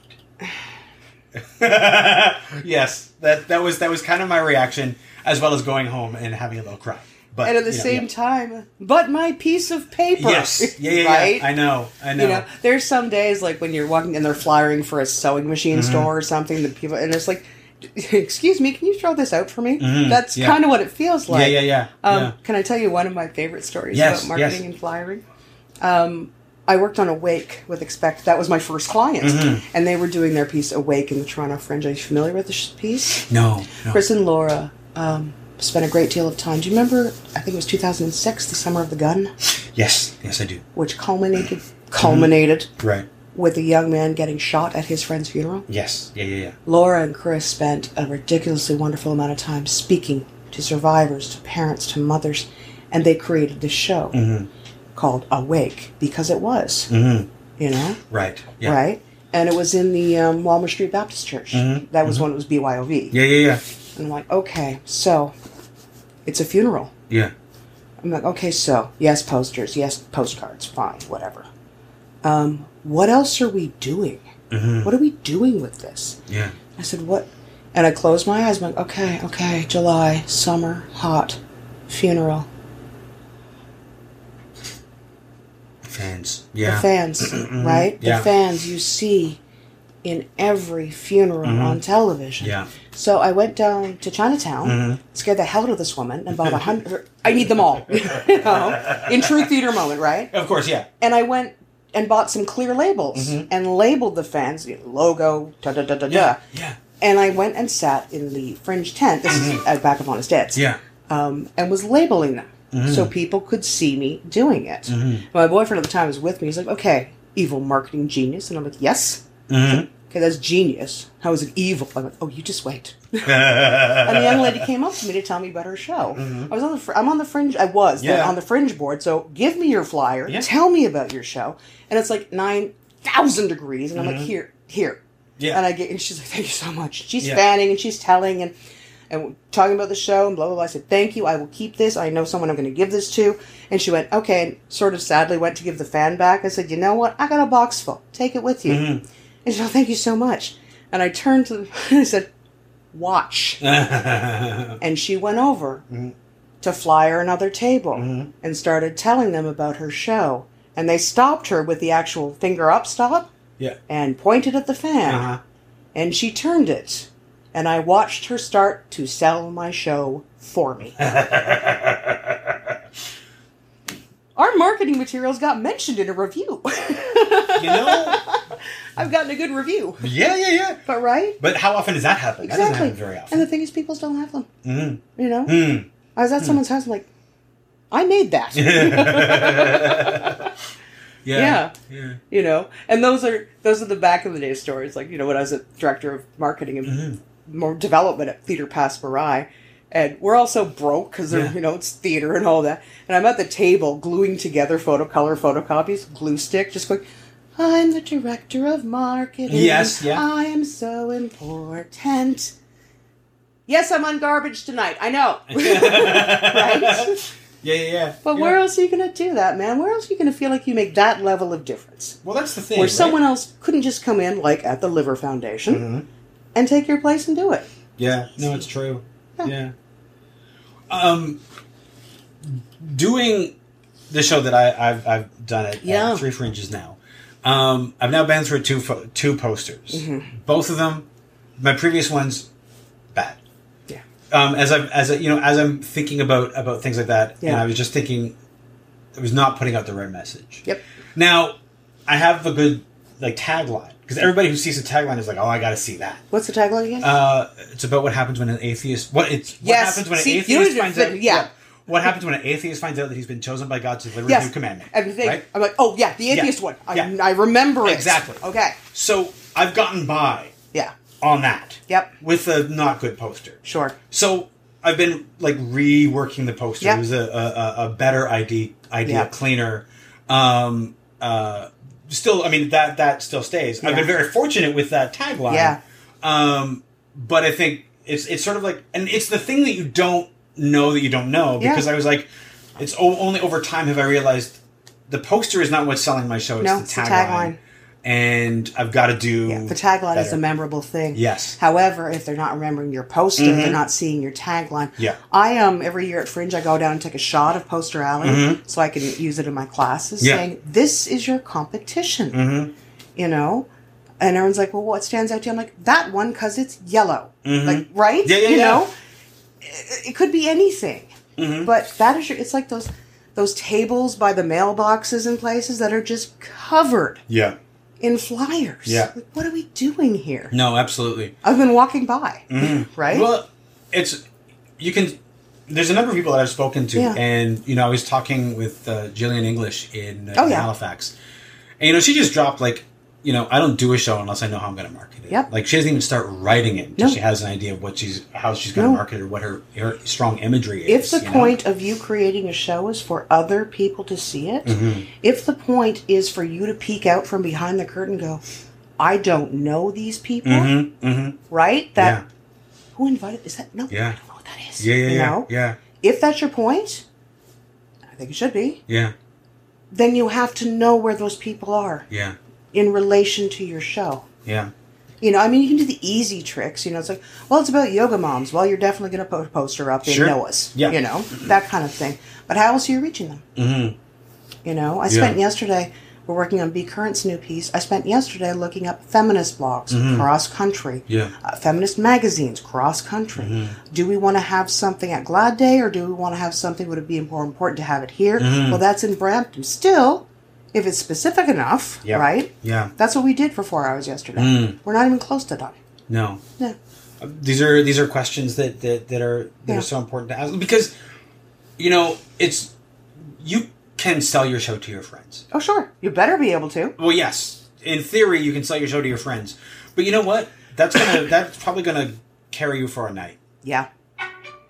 [SPEAKER 1] yes, that that was that was kind of my reaction, as well as going home and having a little cry. But
[SPEAKER 3] and at the
[SPEAKER 1] you know,
[SPEAKER 3] same
[SPEAKER 1] yeah.
[SPEAKER 3] time, but my piece of paper.
[SPEAKER 1] yes, yeah, yeah, yeah.
[SPEAKER 3] right.
[SPEAKER 1] I know, I know.
[SPEAKER 3] You know, there's some days like when you're walking and they're flyering for a sewing machine
[SPEAKER 1] Mm-hmm.
[SPEAKER 3] store or something. The people and it's like, excuse me, can you throw this out for me? That's
[SPEAKER 1] Mm-hmm. yeah.
[SPEAKER 3] kind of what it feels like.
[SPEAKER 1] yeah, yeah, yeah.
[SPEAKER 3] Um,
[SPEAKER 1] yeah.
[SPEAKER 3] Can I tell you one of my favorite stories
[SPEAKER 1] Yes,
[SPEAKER 3] about marketing
[SPEAKER 1] yes.
[SPEAKER 3] and flyering? Um, I worked on Awake with Expect. That was my first client,
[SPEAKER 1] Mm-hmm.
[SPEAKER 3] and they were doing their piece Awake in the Toronto Fringe. Are you familiar with this piece?
[SPEAKER 1] No, no.
[SPEAKER 3] Chris and Laura um, spent a great deal of time. Do you remember? I think it was 2006, the summer of the gun,
[SPEAKER 1] Yes, yes, I do.
[SPEAKER 3] which culminated culminated
[SPEAKER 1] Right.
[SPEAKER 3] with a young man getting shot at his friend's funeral.
[SPEAKER 1] Yes. Yeah, yeah, yeah.
[SPEAKER 3] Laura and Chris spent a ridiculously wonderful amount of time speaking to survivors, to parents, to mothers, and they created this show
[SPEAKER 1] Mm-hmm.
[SPEAKER 3] called Awake because it was, you know,
[SPEAKER 1] Right. Mm-hmm. Yeah.
[SPEAKER 3] right? And it was in the um, Walmer Street Baptist Church. That was when it was BYOV.
[SPEAKER 1] Mm-hmm. Yeah, yeah, yeah.
[SPEAKER 3] And I'm like, okay, so it's a funeral.
[SPEAKER 1] Yeah.
[SPEAKER 3] I'm like, okay, so yes, posters, yes, postcards, fine, whatever. Um, what else are we doing?
[SPEAKER 1] Mm.
[SPEAKER 3] What are we doing with this?
[SPEAKER 1] Mm-hmm. Yeah.
[SPEAKER 3] I said, what? And I closed my eyes. I'm like, okay, okay, July, summer, hot, funeral,
[SPEAKER 1] Fans. Yeah. Mm-hmm.
[SPEAKER 3] the fans, right?
[SPEAKER 1] Yeah.
[SPEAKER 3] The fans you see in every funeral on television.
[SPEAKER 1] Mm-hmm. Yeah. Mm-hmm.
[SPEAKER 3] So I went down to Chinatown, scared the hell out of this woman, and bought a hundred. I need them all, you know, in true theater moment, right?
[SPEAKER 1] Of course. Yeah.
[SPEAKER 3] and I went and bought some clear labels and labeled the fans you know, logo da da da da da.
[SPEAKER 1] Mm-hmm. Yeah.
[SPEAKER 3] And I went and sat in the fringe tent. This is at Back of Honest Dead's.
[SPEAKER 1] Mm-hmm. Yeah.
[SPEAKER 3] Um, and was labeling them
[SPEAKER 1] Mm-hmm.
[SPEAKER 3] so people could see me doing it. My boyfriend at the time was with me. He's like, "Okay, evil marketing genius," and I'm like, "Yes."
[SPEAKER 1] Mm-hmm.
[SPEAKER 3] Okay, that's genius. How is it evil? I'm like, oh, you just wait. and the young lady came up to me to tell me about her show. I was on the, fr- I'm on the fringe. I was then
[SPEAKER 1] Mm-hmm. Yeah.
[SPEAKER 3] on the fringe board. So give me your flyer.
[SPEAKER 1] Yeah.
[SPEAKER 3] Tell me about your show. And it's like nine thousand degrees, and I'm like, here, here.
[SPEAKER 1] Mm-hmm. Yeah.
[SPEAKER 3] And I get, and she's like, thank you so much. She's
[SPEAKER 1] Yeah.
[SPEAKER 3] fanning and she's telling and and talking about the show and blah blah blah. I said, thank you. I will keep this. I know someone I'm going to give this to. And she went, okay. And sort of sadly went to give the fan back. I said, you know what? I got a box full. Take it with you. And she said, oh, thank you so much. And I turned to the, and I said, watch. and she went over to flyer another table and started telling them about her show. And they stopped her with the actual finger up stop
[SPEAKER 1] Yeah.
[SPEAKER 3] and pointed at the fan.
[SPEAKER 1] Uh-huh.
[SPEAKER 3] And she turned it. And I watched her start to sell my show for me. Our marketing materials got mentioned in a review.
[SPEAKER 1] You know.
[SPEAKER 3] I've gotten a good review.
[SPEAKER 1] yeah, yeah, yeah.
[SPEAKER 3] But right?
[SPEAKER 1] But how often does that happen? That doesn't
[SPEAKER 3] Exactly.
[SPEAKER 1] happen very
[SPEAKER 3] And the
[SPEAKER 1] often.
[SPEAKER 3] thing is, people still have them.
[SPEAKER 1] Mm.
[SPEAKER 3] You know?
[SPEAKER 1] Mm.
[SPEAKER 3] I was at someone's house. I'm like, I made that.
[SPEAKER 1] Yeah.
[SPEAKER 3] Yeah. you know and those are those are the back of the day stories like you know when i was a director of marketing and
[SPEAKER 1] Mm-hmm.
[SPEAKER 3] more development at theater pass Marai, and we're all so broke because
[SPEAKER 1] Yeah.
[SPEAKER 3] you know it's theater and all that and i'm at the table gluing together photocolor photocopies glue stick just going i'm the director of marketing
[SPEAKER 1] Yes, yeah.
[SPEAKER 3] i am so important yes i'm on garbage tonight i know right
[SPEAKER 1] Yeah, yeah, yeah.
[SPEAKER 3] but
[SPEAKER 1] yeah.
[SPEAKER 3] where else are you gonna do that man where else are you gonna feel like you make that level of difference
[SPEAKER 1] Well, that's the thing.
[SPEAKER 3] where
[SPEAKER 1] right?
[SPEAKER 3] someone else couldn't just come in, like at the Liver Foundation,
[SPEAKER 1] Mm-hmm.
[SPEAKER 3] and take your place and do it.
[SPEAKER 1] Yeah, no, it's true. Yeah. Um, doing the show that I, I've I've done it
[SPEAKER 3] Yeah.
[SPEAKER 1] at three fringes now. Um, I've now been through two fo- two posters.
[SPEAKER 3] Mm-hmm.
[SPEAKER 1] Both of them, my previous ones, bad.
[SPEAKER 3] Yeah.
[SPEAKER 1] Um, as I'm as I, you know as I'm thinking about about things like that, and
[SPEAKER 3] Yeah.
[SPEAKER 1] I was just thinking, I was not putting out the right message.
[SPEAKER 3] Yep.
[SPEAKER 1] Now, I have a good like tagline because everybody who sees the tagline is like, oh, I got to see that.
[SPEAKER 3] What's the tagline again?
[SPEAKER 1] Uh, it's about what happens when an atheist. What it's what
[SPEAKER 3] Yes.
[SPEAKER 1] happens when an
[SPEAKER 3] See, you
[SPEAKER 1] atheist
[SPEAKER 3] just
[SPEAKER 1] finds
[SPEAKER 3] fit-
[SPEAKER 1] out.
[SPEAKER 3] yeah.
[SPEAKER 1] What happens when an atheist finds out that he's been chosen by God to deliver
[SPEAKER 3] yes.
[SPEAKER 1] a new commandment?
[SPEAKER 3] Everything.
[SPEAKER 1] right?
[SPEAKER 3] I'm like, oh yeah, the atheist
[SPEAKER 1] Yeah.
[SPEAKER 3] one. I,
[SPEAKER 1] Yeah.
[SPEAKER 3] I remember it
[SPEAKER 1] Exactly.
[SPEAKER 3] Okay.
[SPEAKER 1] So I've gotten by
[SPEAKER 3] Yeah.
[SPEAKER 1] on that.
[SPEAKER 3] Yep.
[SPEAKER 1] With a not good poster.
[SPEAKER 3] Sure.
[SPEAKER 1] So I've been like reworking the poster.
[SPEAKER 3] Yeah.
[SPEAKER 1] It was a, a, a- a better idea, idea
[SPEAKER 3] Yeah.
[SPEAKER 1] cleaner. Um, uh, still, I mean that that still stays. I've been
[SPEAKER 3] Yeah.
[SPEAKER 1] very fortunate with that tagline.
[SPEAKER 3] Yeah.
[SPEAKER 1] Um, but I think it's it's sort of like, and it's the thing that you don't know that you don't know
[SPEAKER 3] Yeah.
[SPEAKER 1] because I was like, it's o- only over time have I realized the poster is not what's selling my show. It's,
[SPEAKER 3] No,
[SPEAKER 1] the,
[SPEAKER 3] it's the
[SPEAKER 1] tagline,
[SPEAKER 3] tagline.
[SPEAKER 1] and I've got to do
[SPEAKER 3] Yeah. The tagline is
[SPEAKER 1] better.
[SPEAKER 3] a memorable thing.
[SPEAKER 1] Yes. Mm-hmm.
[SPEAKER 3] However, if they're not remembering your poster, they're not seeing your tagline.
[SPEAKER 1] Yeah.
[SPEAKER 3] I um every year at Fringe, I go down and take a shot of Poster Alley so I can use it in my classes,
[SPEAKER 1] Mm-hmm. Yeah. Mm-hmm.
[SPEAKER 3] saying this is your competition. You know. And everyone's like, "Well, what stands out to you?" I'm like, "That one, cause it's yellow, like right?
[SPEAKER 1] Mm-hmm. Yeah, yeah,
[SPEAKER 3] you
[SPEAKER 1] yeah. Mm-hmm.
[SPEAKER 3] know, it, it could be anything, but that is your. It's like those those tables by the mailboxes and places that are just covered
[SPEAKER 1] Yeah.
[SPEAKER 3] in flyers.
[SPEAKER 1] Yeah.
[SPEAKER 3] Like, what are we doing here?
[SPEAKER 1] No, absolutely.
[SPEAKER 3] I've been walking by, right?
[SPEAKER 1] Well, it's you can. There's a number of people that I've spoken to,
[SPEAKER 3] Yeah.
[SPEAKER 1] and you know, I was talking with uh, Jillian English in, uh,
[SPEAKER 3] Oh,
[SPEAKER 1] in
[SPEAKER 3] yeah.
[SPEAKER 1] Halifax, and you know, she just dropped like, you know, I don't do a show unless I know how I'm going to market it.
[SPEAKER 3] Yep.
[SPEAKER 1] Like she doesn't even start writing it until
[SPEAKER 3] No.
[SPEAKER 1] she has an idea of what she's how she's going to
[SPEAKER 3] No.
[SPEAKER 1] market it or what her, her strong imagery
[SPEAKER 3] if
[SPEAKER 1] is.
[SPEAKER 3] the
[SPEAKER 1] you know?
[SPEAKER 3] point of you creating a show is for other people to see it,
[SPEAKER 1] Mm-hmm.
[SPEAKER 3] if the point is for you to peek out from behind the curtain and go, I don't know these people, right? That
[SPEAKER 1] Mm-hmm. yeah,
[SPEAKER 3] who invited is that no,
[SPEAKER 1] Yeah.
[SPEAKER 3] I don't know what that is.
[SPEAKER 1] yeah, yeah,
[SPEAKER 3] you
[SPEAKER 1] yeah,
[SPEAKER 3] know?
[SPEAKER 1] yeah,
[SPEAKER 3] If that's your point, I think it should be,
[SPEAKER 1] yeah,
[SPEAKER 3] then you have to know where those people are
[SPEAKER 1] yeah,
[SPEAKER 3] in relation to your show.
[SPEAKER 1] yeah,
[SPEAKER 3] You know, I mean, you can do the easy tricks. You know, it's like, well, it's about yoga moms. Well, you're definitely going to put a poster up in
[SPEAKER 1] Sure.
[SPEAKER 3] Noah's.
[SPEAKER 1] Yeah.
[SPEAKER 3] You know, that kind of thing. But how else are you reaching them? Mm-hmm. You know, I spent yesterday, we're working on B Current's new piece. I spent yesterday looking up feminist blogs cross country,
[SPEAKER 1] Mm-hmm. Yeah. Mm-hmm.
[SPEAKER 3] uh, feminist magazines cross country. Do we want to have something at Glad Day or do we want to have something? Would it be more important to have it here?
[SPEAKER 1] Mm-hmm.
[SPEAKER 3] Well, that's in Brampton. Still, if it's specific enough,
[SPEAKER 1] yeah,
[SPEAKER 3] right?
[SPEAKER 1] Yeah,
[SPEAKER 3] That's what we did for four hours yesterday.
[SPEAKER 1] Hmm.
[SPEAKER 3] We're not even close to done.
[SPEAKER 1] no,
[SPEAKER 3] No.
[SPEAKER 1] these are these are questions that that, that are that
[SPEAKER 3] Yeah.
[SPEAKER 1] are so important to ask because you know it's you can sell your show to your friends
[SPEAKER 3] Oh, sure. You better be able to.
[SPEAKER 1] well yes in theory you can sell your show to your friends but you know what that's gonna that's probably gonna carry you for a night
[SPEAKER 3] Yeah.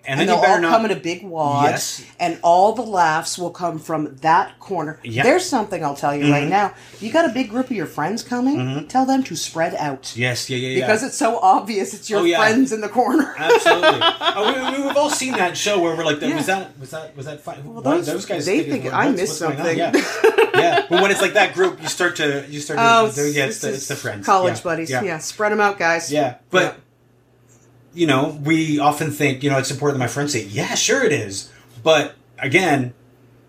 [SPEAKER 1] and then
[SPEAKER 3] And they'll
[SPEAKER 1] you better
[SPEAKER 3] all
[SPEAKER 1] not
[SPEAKER 3] come in a big wad.
[SPEAKER 1] Yes.
[SPEAKER 3] And all the laughs will come from that corner.
[SPEAKER 1] Yeah. Mm-hmm.
[SPEAKER 3] There's something I'll tell you right now. You got a big group of your friends coming, tell them to spread out.
[SPEAKER 1] yes Mm-hmm. yeah yeah yeah
[SPEAKER 3] Because it's so obvious it's your
[SPEAKER 1] Oh, yeah.
[SPEAKER 3] friends in the corner.
[SPEAKER 1] Absolutely. oh, we, we've all seen that show where we're like, "Was
[SPEAKER 3] Yeah.
[SPEAKER 1] that was that was that fun?" Well,
[SPEAKER 3] those-
[SPEAKER 1] those guys
[SPEAKER 3] they
[SPEAKER 1] it's
[SPEAKER 3] think
[SPEAKER 1] like,
[SPEAKER 3] I
[SPEAKER 1] what's-
[SPEAKER 3] missed
[SPEAKER 1] what's going on?
[SPEAKER 3] something.
[SPEAKER 1] Yeah. yeah, but when it's like that group, you start to you start to yeah, it's,
[SPEAKER 3] this
[SPEAKER 1] the,
[SPEAKER 3] is
[SPEAKER 1] it's the friends,
[SPEAKER 3] Oh, College
[SPEAKER 1] Yeah.
[SPEAKER 3] buddies. Yeah. Spread them out, guys.
[SPEAKER 1] Yeah, but you know, we often think you know it's important that my friends say, "Yeah, sure it is," but again,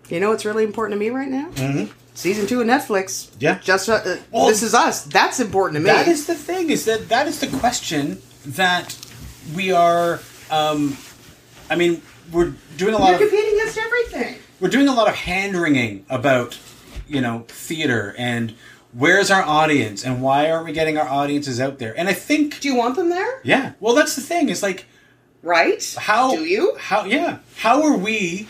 [SPEAKER 3] You know what's really important to me right now? Mm-hmm. Season two of Netflix.
[SPEAKER 1] Yeah.
[SPEAKER 3] Just uh,
[SPEAKER 1] Well,
[SPEAKER 3] this is us. That's important to me.
[SPEAKER 1] that is the thing is that that is the question that we are. Um, I mean, we're doing a lot
[SPEAKER 3] You're
[SPEAKER 1] of
[SPEAKER 3] competing against everything.
[SPEAKER 1] we're doing a lot of hand wringing about you know theater and where's our audience and why aren't we getting our audiences out there? And I think
[SPEAKER 3] Do you want them there?
[SPEAKER 1] yeah, well, that's the thing is like
[SPEAKER 3] Right?
[SPEAKER 1] how
[SPEAKER 3] do you?
[SPEAKER 1] how yeah how are we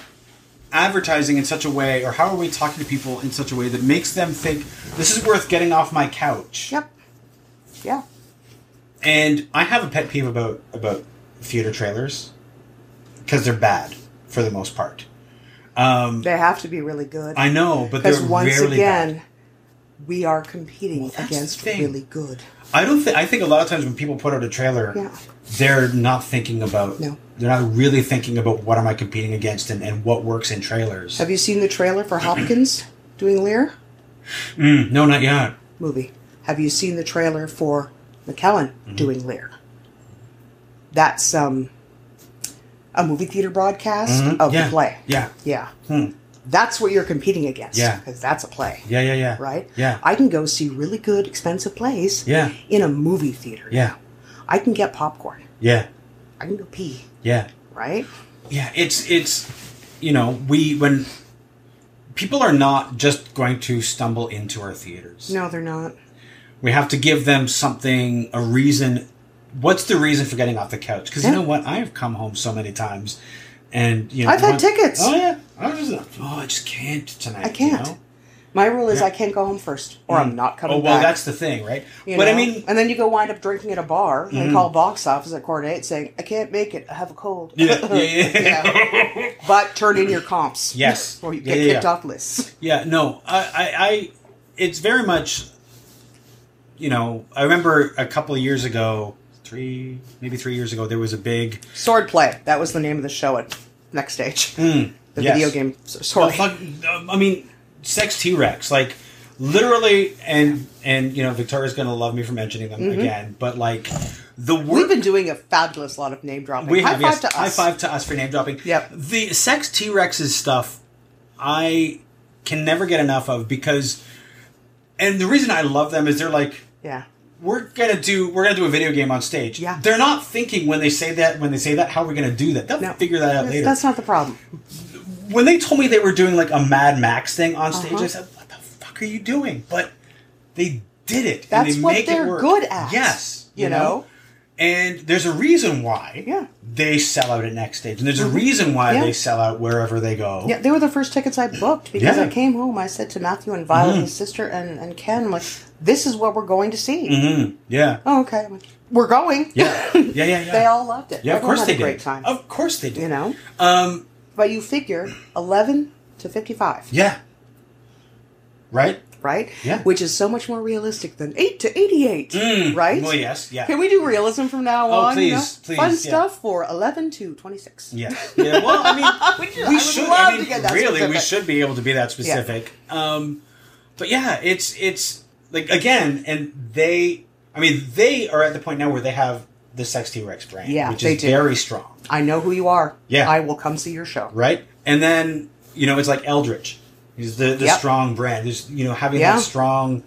[SPEAKER 1] advertising in such a way, or how are we talking to people in such a way that makes them think this is worth getting off my couch?
[SPEAKER 3] Yep. Yeah.
[SPEAKER 1] And I have a pet peeve about about theater trailers because they're bad for the most part.
[SPEAKER 3] They have to be really good.
[SPEAKER 1] I know, but
[SPEAKER 3] Because
[SPEAKER 1] they're
[SPEAKER 3] once
[SPEAKER 1] rarely
[SPEAKER 3] again,
[SPEAKER 1] bad.
[SPEAKER 3] we are competing
[SPEAKER 1] that's the
[SPEAKER 3] against
[SPEAKER 1] thing.
[SPEAKER 3] really good.
[SPEAKER 1] I don't think. I think a lot of times when people put out a trailer,
[SPEAKER 3] Yeah.
[SPEAKER 1] they're not thinking about.
[SPEAKER 3] No.
[SPEAKER 1] They're not really thinking about what am I competing against and, and what works in trailers.
[SPEAKER 3] Have you seen the trailer for Hopkins doing Lear?
[SPEAKER 1] Mm, no, not yet.
[SPEAKER 3] movie. Have you seen the trailer for McKellen
[SPEAKER 1] Mm-hmm.
[SPEAKER 3] doing Lear? That's um, a movie theater broadcast of
[SPEAKER 1] Mm-hmm. yeah.
[SPEAKER 3] the play.
[SPEAKER 1] Yeah. Hmm.
[SPEAKER 3] Yeah. That's what you're competing against.
[SPEAKER 1] Yeah.
[SPEAKER 3] Because that's a play.
[SPEAKER 1] Yeah. Yeah. Yeah.
[SPEAKER 3] Right?
[SPEAKER 1] Yeah.
[SPEAKER 3] I can go see really good, expensive plays
[SPEAKER 1] Yeah.
[SPEAKER 3] in a movie theater.
[SPEAKER 1] yeah.
[SPEAKER 3] I can get popcorn.
[SPEAKER 1] Yeah.
[SPEAKER 3] I can go pee.
[SPEAKER 1] Yeah.
[SPEAKER 3] Right?
[SPEAKER 1] Yeah. It's it's you know we when people are not just going to stumble into our theaters.
[SPEAKER 3] No, they're not.
[SPEAKER 1] We have to give them something, a reason. What's the reason for getting off the couch? Because you
[SPEAKER 3] Yeah.
[SPEAKER 1] know what? I have come home so many times, and you know
[SPEAKER 3] I've had
[SPEAKER 1] one-
[SPEAKER 3] tickets.
[SPEAKER 1] Oh yeah, I was just oh I just can't tonight.
[SPEAKER 3] I can't.
[SPEAKER 1] You know?
[SPEAKER 3] My rule is
[SPEAKER 1] Yeah.
[SPEAKER 3] I can't go home first or I'm not coming
[SPEAKER 1] Oh well,
[SPEAKER 3] back.
[SPEAKER 1] that's the thing, right?
[SPEAKER 3] You
[SPEAKER 1] but I
[SPEAKER 3] know?
[SPEAKER 1] mean, Mm.
[SPEAKER 3] and then you go wind up drinking at a bar and they call box office at quarter to eight saying, "I can't make it. I have a cold."
[SPEAKER 1] yeah, yeah, yeah.
[SPEAKER 3] Yeah. But turn in your comps.
[SPEAKER 1] Yes.
[SPEAKER 3] Or you
[SPEAKER 1] Yeah,
[SPEAKER 3] get
[SPEAKER 1] yeah,
[SPEAKER 3] kicked
[SPEAKER 1] yeah.
[SPEAKER 3] off lists.
[SPEAKER 1] Yeah, no, I, I, I, it's very much, you know, I remember a couple of years ago, three, maybe three years ago, there was a big
[SPEAKER 3] Swordplay. That was the name of the show at Next Stage. the
[SPEAKER 1] Hmm. yes.
[SPEAKER 3] video game. s-
[SPEAKER 1] Well,
[SPEAKER 3] Sorry.
[SPEAKER 1] fuck, um, I mean, sex T Rex, like literally, and and you know, Victoria's gonna love me for mentioning them again, but like the
[SPEAKER 3] Mm-hmm. We've
[SPEAKER 1] work
[SPEAKER 3] been doing a fabulous lot of name dropping.
[SPEAKER 1] we
[SPEAKER 3] high
[SPEAKER 1] have,
[SPEAKER 3] five
[SPEAKER 1] yes,
[SPEAKER 3] to us.
[SPEAKER 1] high five to us for name dropping.
[SPEAKER 3] Yep.
[SPEAKER 1] the sex T Rex's stuff, I can never get enough of because, and the reason I love them is they're like.
[SPEAKER 3] Yeah.
[SPEAKER 1] we're gonna do we're gonna do a video game on stage.
[SPEAKER 3] Yeah.
[SPEAKER 1] They're not thinking when they say that when they say that how we're gonna do that. They'll
[SPEAKER 3] No.
[SPEAKER 1] figure that out
[SPEAKER 3] That's-
[SPEAKER 1] later.
[SPEAKER 3] That's not the problem.
[SPEAKER 1] when they told me they were doing like a Mad Max thing on stage,
[SPEAKER 3] Uh-huh.
[SPEAKER 1] I said, "What the fuck are you doing?" But they did it. and
[SPEAKER 3] That's
[SPEAKER 1] they
[SPEAKER 3] what
[SPEAKER 1] make it
[SPEAKER 3] they're
[SPEAKER 1] work.
[SPEAKER 3] good at.
[SPEAKER 1] Yes,
[SPEAKER 3] You know?
[SPEAKER 1] And there's a reason why.
[SPEAKER 3] Yeah. Mm-hmm.
[SPEAKER 1] They sell out at next stage, and there's a reason why
[SPEAKER 3] Yeah.
[SPEAKER 1] they sell out wherever they go.
[SPEAKER 3] Yeah, they were the first tickets I booked because
[SPEAKER 1] Yeah. Mm.
[SPEAKER 3] I came home. I said to Matthew and Violet, his sister, and, and Ken, I'm like, this is what we're going to see.
[SPEAKER 1] Mhm. Yeah.
[SPEAKER 3] Oh, okay. I'm like, we're going.
[SPEAKER 1] Yeah. Yeah. Yeah. Yeah.
[SPEAKER 3] they all loved it.
[SPEAKER 1] Yeah. Of
[SPEAKER 3] Everyone
[SPEAKER 1] course
[SPEAKER 3] had
[SPEAKER 1] they
[SPEAKER 3] a
[SPEAKER 1] did.
[SPEAKER 3] great time.
[SPEAKER 1] Of course they did.
[SPEAKER 3] you know?
[SPEAKER 1] Um.
[SPEAKER 3] But you figure 11 to 55.
[SPEAKER 1] Yeah. Right.
[SPEAKER 3] right?
[SPEAKER 1] Yeah. Mm.
[SPEAKER 3] Which is so much more realistic than 8 to 88, right?
[SPEAKER 1] Hmm. Well, yes, yeah.
[SPEAKER 3] Can we do realism from now
[SPEAKER 1] Oh,
[SPEAKER 3] on? you know?
[SPEAKER 1] please, please,
[SPEAKER 3] Fun
[SPEAKER 1] yeah.
[SPEAKER 3] stuff for 11 to 26.
[SPEAKER 1] Yes. Yeah. Well, I mean,
[SPEAKER 3] Which
[SPEAKER 1] we
[SPEAKER 3] I would
[SPEAKER 1] should.
[SPEAKER 3] love
[SPEAKER 1] I mean,
[SPEAKER 3] to get that
[SPEAKER 1] really, we
[SPEAKER 3] specific.
[SPEAKER 1] should be able to be that specific. Um, but yeah, it's it's like again, and they. I mean, they are at the point now where they have the Sex T Rex brand,
[SPEAKER 3] Yeah,
[SPEAKER 1] which
[SPEAKER 3] they
[SPEAKER 1] is
[SPEAKER 3] do.
[SPEAKER 1] very strong,
[SPEAKER 3] I know who you are.
[SPEAKER 1] Yeah.
[SPEAKER 3] I will come see your show.
[SPEAKER 1] right? And then you know, it's like Eldritch is the the
[SPEAKER 3] Yep.
[SPEAKER 1] strong brand. There's you know having
[SPEAKER 3] Yeah.
[SPEAKER 1] that strong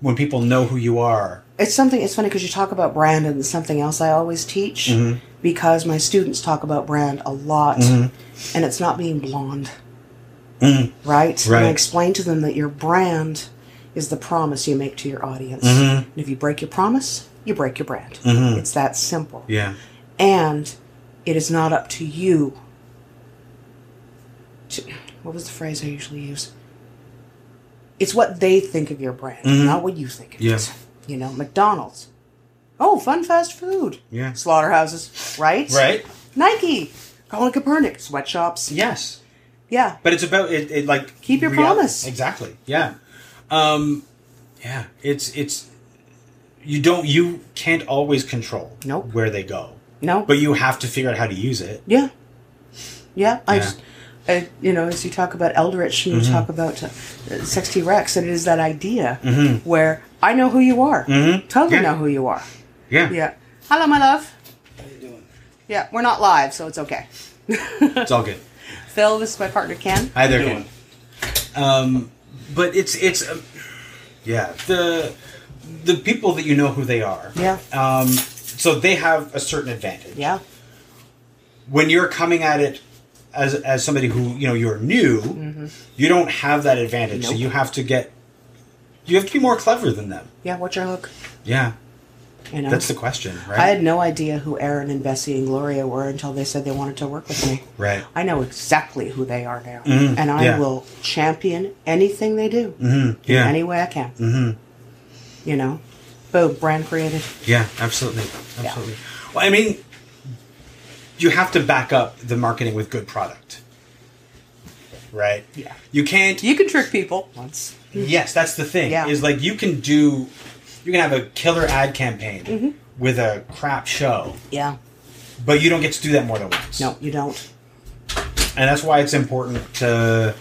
[SPEAKER 1] when people know who you are.
[SPEAKER 3] It's something, it's funny because you talk about brand and something else I always teach
[SPEAKER 1] Mm-hmm.
[SPEAKER 3] because my students talk about brand a lot
[SPEAKER 1] Mm-hmm.
[SPEAKER 3] and it's not being blonde. Right? And
[SPEAKER 1] Right.
[SPEAKER 3] I explain to them that your brand is the promise you make to your audience.
[SPEAKER 1] Mm-hmm.
[SPEAKER 3] And if you break your promise, you break your brand. It's that simple.
[SPEAKER 1] Yeah.
[SPEAKER 3] and it is not up to you to what was the phrase i usually use it's what they think of your brand
[SPEAKER 1] Mm-hmm.
[SPEAKER 3] not what you think of
[SPEAKER 1] Yeah.
[SPEAKER 3] it you know mcdonald's oh fun fast food
[SPEAKER 1] Yeah.
[SPEAKER 3] slaughterhouses right
[SPEAKER 1] Right.
[SPEAKER 3] nike colin kaepernick sweatshops
[SPEAKER 1] Yes.
[SPEAKER 3] yeah
[SPEAKER 1] But it's about it, it like
[SPEAKER 3] Keep your promise.
[SPEAKER 1] Exactly. Yeah. Um yeah, it's it's you don't you can't always control
[SPEAKER 3] Nope.
[SPEAKER 1] where they go.
[SPEAKER 3] no
[SPEAKER 1] But you have to figure out how to use it.
[SPEAKER 3] Yeah, yeah. I
[SPEAKER 1] Yeah. Mm-hmm.
[SPEAKER 3] just, I, you know, as you talk about Eldritch and you talk about uh, Sexty Rex, and it is that idea where I know who you are, totally
[SPEAKER 1] Mm-hmm. Yeah.
[SPEAKER 3] know who you are.
[SPEAKER 1] Yeah.
[SPEAKER 3] Yeah. Hello, my love. Yeah, we're not live, so it's okay.
[SPEAKER 1] It's all good.
[SPEAKER 3] Phil, this is my partner Ken.
[SPEAKER 1] Hi there. Ken. Um but it's it's um, yeah, the the people that you know who they are.
[SPEAKER 3] Yeah.
[SPEAKER 1] Um so they have a certain advantage.
[SPEAKER 3] Yeah,
[SPEAKER 1] when you're coming at it as as somebody who you know you're new, you don't have that advantage. So
[SPEAKER 3] Mm-hmm. Nope.
[SPEAKER 1] you have to get you have to be more clever than them.
[SPEAKER 3] yeah. What's your hook?
[SPEAKER 1] Yeah,
[SPEAKER 3] You know,
[SPEAKER 1] That's the question, right?
[SPEAKER 3] I had no idea who Aaron and Bessie and Gloria were until they said they wanted to work with me.
[SPEAKER 1] Right.
[SPEAKER 3] I know exactly who they are now,
[SPEAKER 1] Mhm,
[SPEAKER 3] and I
[SPEAKER 1] yeah.
[SPEAKER 3] will champion anything they do
[SPEAKER 1] Mm, yeah.
[SPEAKER 3] any way I can. Mm-hmm. You know, boom, brand created.
[SPEAKER 1] Yeah, absolutely. Absolutely. Well, I mean, you have to back up the marketing with good product. Right?
[SPEAKER 3] Yeah.
[SPEAKER 1] You can't
[SPEAKER 3] You can trick people once.
[SPEAKER 1] Yes, that's the thing.
[SPEAKER 3] Yeah.
[SPEAKER 1] Is like you can do you can have a killer ad campaign
[SPEAKER 3] Mm-hmm.
[SPEAKER 1] with a crap show,
[SPEAKER 3] Yeah.
[SPEAKER 1] but you don't get to do that more than once.
[SPEAKER 3] No, you don't.
[SPEAKER 1] And that's why it's important to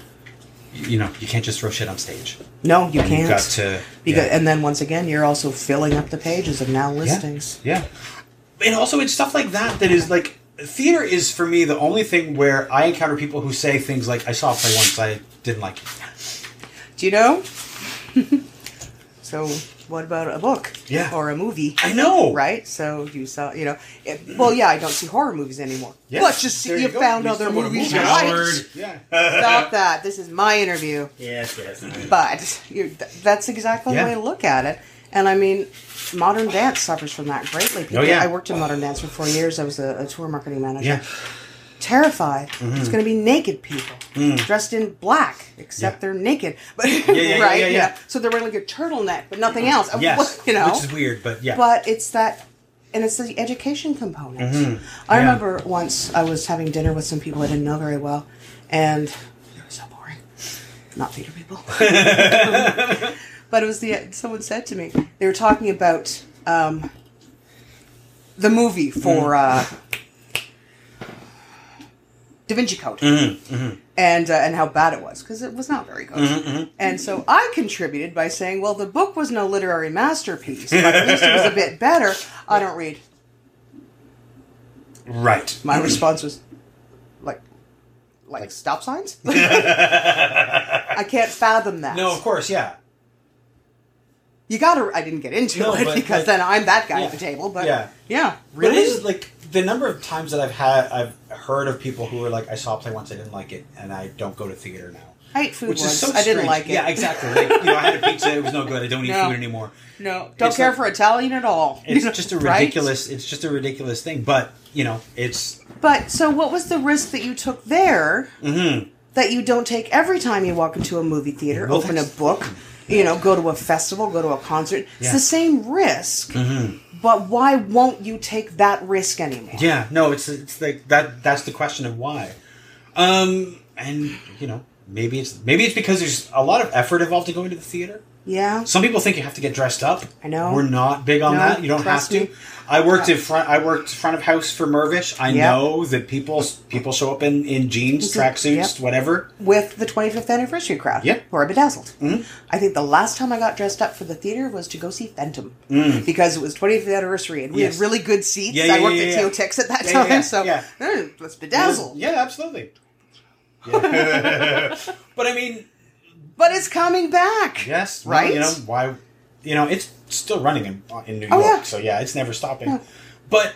[SPEAKER 1] you know, you can't just throw shit on stage.
[SPEAKER 3] No, you can't.
[SPEAKER 1] You've got to
[SPEAKER 3] because,
[SPEAKER 1] yeah.
[SPEAKER 3] and then once again, you're also filling up the pages of now
[SPEAKER 1] Yeah.
[SPEAKER 3] listings.
[SPEAKER 1] Yeah. And also, it's stuff like that that is like theater is for me the only thing where I encounter people who say things like, "I saw a play once, I didn't like it."
[SPEAKER 3] Do you know? so, what about a book?
[SPEAKER 1] Yeah.
[SPEAKER 3] Or a movie?
[SPEAKER 1] I know,
[SPEAKER 3] Right? So you saw, you know, it, well, yeah, I don't see horror movies anymore.
[SPEAKER 1] Yeah.
[SPEAKER 3] But you see,
[SPEAKER 1] There
[SPEAKER 3] you,
[SPEAKER 1] go.
[SPEAKER 3] found
[SPEAKER 1] You
[SPEAKER 3] other
[SPEAKER 1] still want a
[SPEAKER 3] movies
[SPEAKER 1] movie.
[SPEAKER 3] you liked.
[SPEAKER 4] Howard.
[SPEAKER 1] Yeah.
[SPEAKER 3] Uh, Stop that. This is my interview.
[SPEAKER 1] yes, yes.
[SPEAKER 3] But you th- that's exactly
[SPEAKER 1] Yeah.
[SPEAKER 3] the way to look at it. And I mean, modern dance suffers from that greatly. People-
[SPEAKER 1] Oh, yeah.
[SPEAKER 3] I worked in modern dance for four years. I was a, a tour marketing manager.
[SPEAKER 1] Yeah. Mm-hmm.
[SPEAKER 3] Terrified. It's going to be naked people dressed in black, except
[SPEAKER 1] Mm. Yeah.
[SPEAKER 3] they're naked. But
[SPEAKER 1] yeah, yeah,
[SPEAKER 3] right,
[SPEAKER 1] yeah,
[SPEAKER 3] you
[SPEAKER 1] yeah.
[SPEAKER 3] know, So they're wearing like a turtleneck, but nothing else.
[SPEAKER 1] Yes.
[SPEAKER 3] you know,
[SPEAKER 1] Which is weird, but yeah.
[SPEAKER 3] but it's that and it's the education component i
[SPEAKER 1] Mm-hmm. Yeah.
[SPEAKER 3] remember once i was having dinner with some people i didn't know very well and they were so boring not theater people but it was the someone said to me they were talking about um, the movie for uh,
[SPEAKER 1] Mm-hmm.
[SPEAKER 3] da vinci code
[SPEAKER 1] Mm-hmm.
[SPEAKER 3] and uh, and how bad it was because it was not very good. And so I contributed by saying, "Well, the book was no literary masterpiece, but at least it was a bit better." I don't read.
[SPEAKER 1] right.
[SPEAKER 3] My response was, like, like, stop signs. I can't fathom that.
[SPEAKER 1] No, of course, yeah.
[SPEAKER 3] you gotta. I didn't get into
[SPEAKER 1] No,
[SPEAKER 3] it
[SPEAKER 1] but,
[SPEAKER 3] because
[SPEAKER 1] like-
[SPEAKER 3] then I'm that guy
[SPEAKER 1] Yeah.
[SPEAKER 3] at the table. But
[SPEAKER 1] Yeah.
[SPEAKER 3] yeah,
[SPEAKER 1] Really, is like the number of times that I've had, I've heard of people who are like, "I saw a play once, I didn't like it, and I don't go to theater now."
[SPEAKER 3] I ate food
[SPEAKER 1] Which
[SPEAKER 3] once.
[SPEAKER 1] is so
[SPEAKER 3] I didn't
[SPEAKER 1] strange.
[SPEAKER 3] like it.
[SPEAKER 1] Yeah, exactly. Like, you know, I had a pizza; it was no good. I don't eat
[SPEAKER 3] No.
[SPEAKER 1] food anymore.
[SPEAKER 3] No, don't
[SPEAKER 1] It's
[SPEAKER 3] care
[SPEAKER 1] like-
[SPEAKER 3] for Italian at all.
[SPEAKER 1] It's just a
[SPEAKER 3] Right?
[SPEAKER 1] ridiculous. It's just a ridiculous thing. But you know, it's
[SPEAKER 3] But so, what was the risk that you took there
[SPEAKER 1] Mm-hmm.
[SPEAKER 3] that you don't take every time you walk into a movie theater,
[SPEAKER 1] Well,
[SPEAKER 3] open a
[SPEAKER 1] that's-
[SPEAKER 3] book, you know, go to a festival, go to a concert? It's
[SPEAKER 1] Yeah. Mm-hmm.
[SPEAKER 3] the same risk, but why won't you take that risk anymore?
[SPEAKER 1] yeah. No, it's it's like that. That's the question of why. Um, and you know, maybe it's maybe it's because there's a lot of effort involved in going to the theater.
[SPEAKER 3] Yeah?
[SPEAKER 1] Some people think you have to get dressed up.
[SPEAKER 3] I know.
[SPEAKER 1] We're not big on
[SPEAKER 3] No,
[SPEAKER 1] that. You don't have
[SPEAKER 3] trust
[SPEAKER 1] to.
[SPEAKER 3] me.
[SPEAKER 1] I worked in front. I worked front of house for Mervish. I
[SPEAKER 3] Yep.
[SPEAKER 1] know that people people show up in in jeans, tracksuits,
[SPEAKER 3] Yep.
[SPEAKER 1] whatever.
[SPEAKER 3] With the 25th anniversary crowd,
[SPEAKER 1] Yeah. Mm-hmm.
[SPEAKER 3] who are bedazzled. I think the last time I got dressed up for the theater was to go see Phantom because it was 25th anniversary and we
[SPEAKER 1] Mm. Yes.
[SPEAKER 3] had really good seats.
[SPEAKER 1] Yeah, yeah,
[SPEAKER 3] I worked
[SPEAKER 1] yeah,
[SPEAKER 3] at
[SPEAKER 1] yeah.
[SPEAKER 3] Teotex at that
[SPEAKER 1] Yeah, yeah,
[SPEAKER 3] time,
[SPEAKER 1] yeah,
[SPEAKER 3] so
[SPEAKER 1] yeah.
[SPEAKER 3] mm, let's bedazzle.
[SPEAKER 1] Yeah, absolutely. Yeah. but I mean,
[SPEAKER 3] But it's coming back.
[SPEAKER 1] yes, well,
[SPEAKER 3] right?
[SPEAKER 1] you know why? You know, it's still running in, uh, in New York,
[SPEAKER 3] Oh, yeah.
[SPEAKER 1] so yeah, it's never stopping. But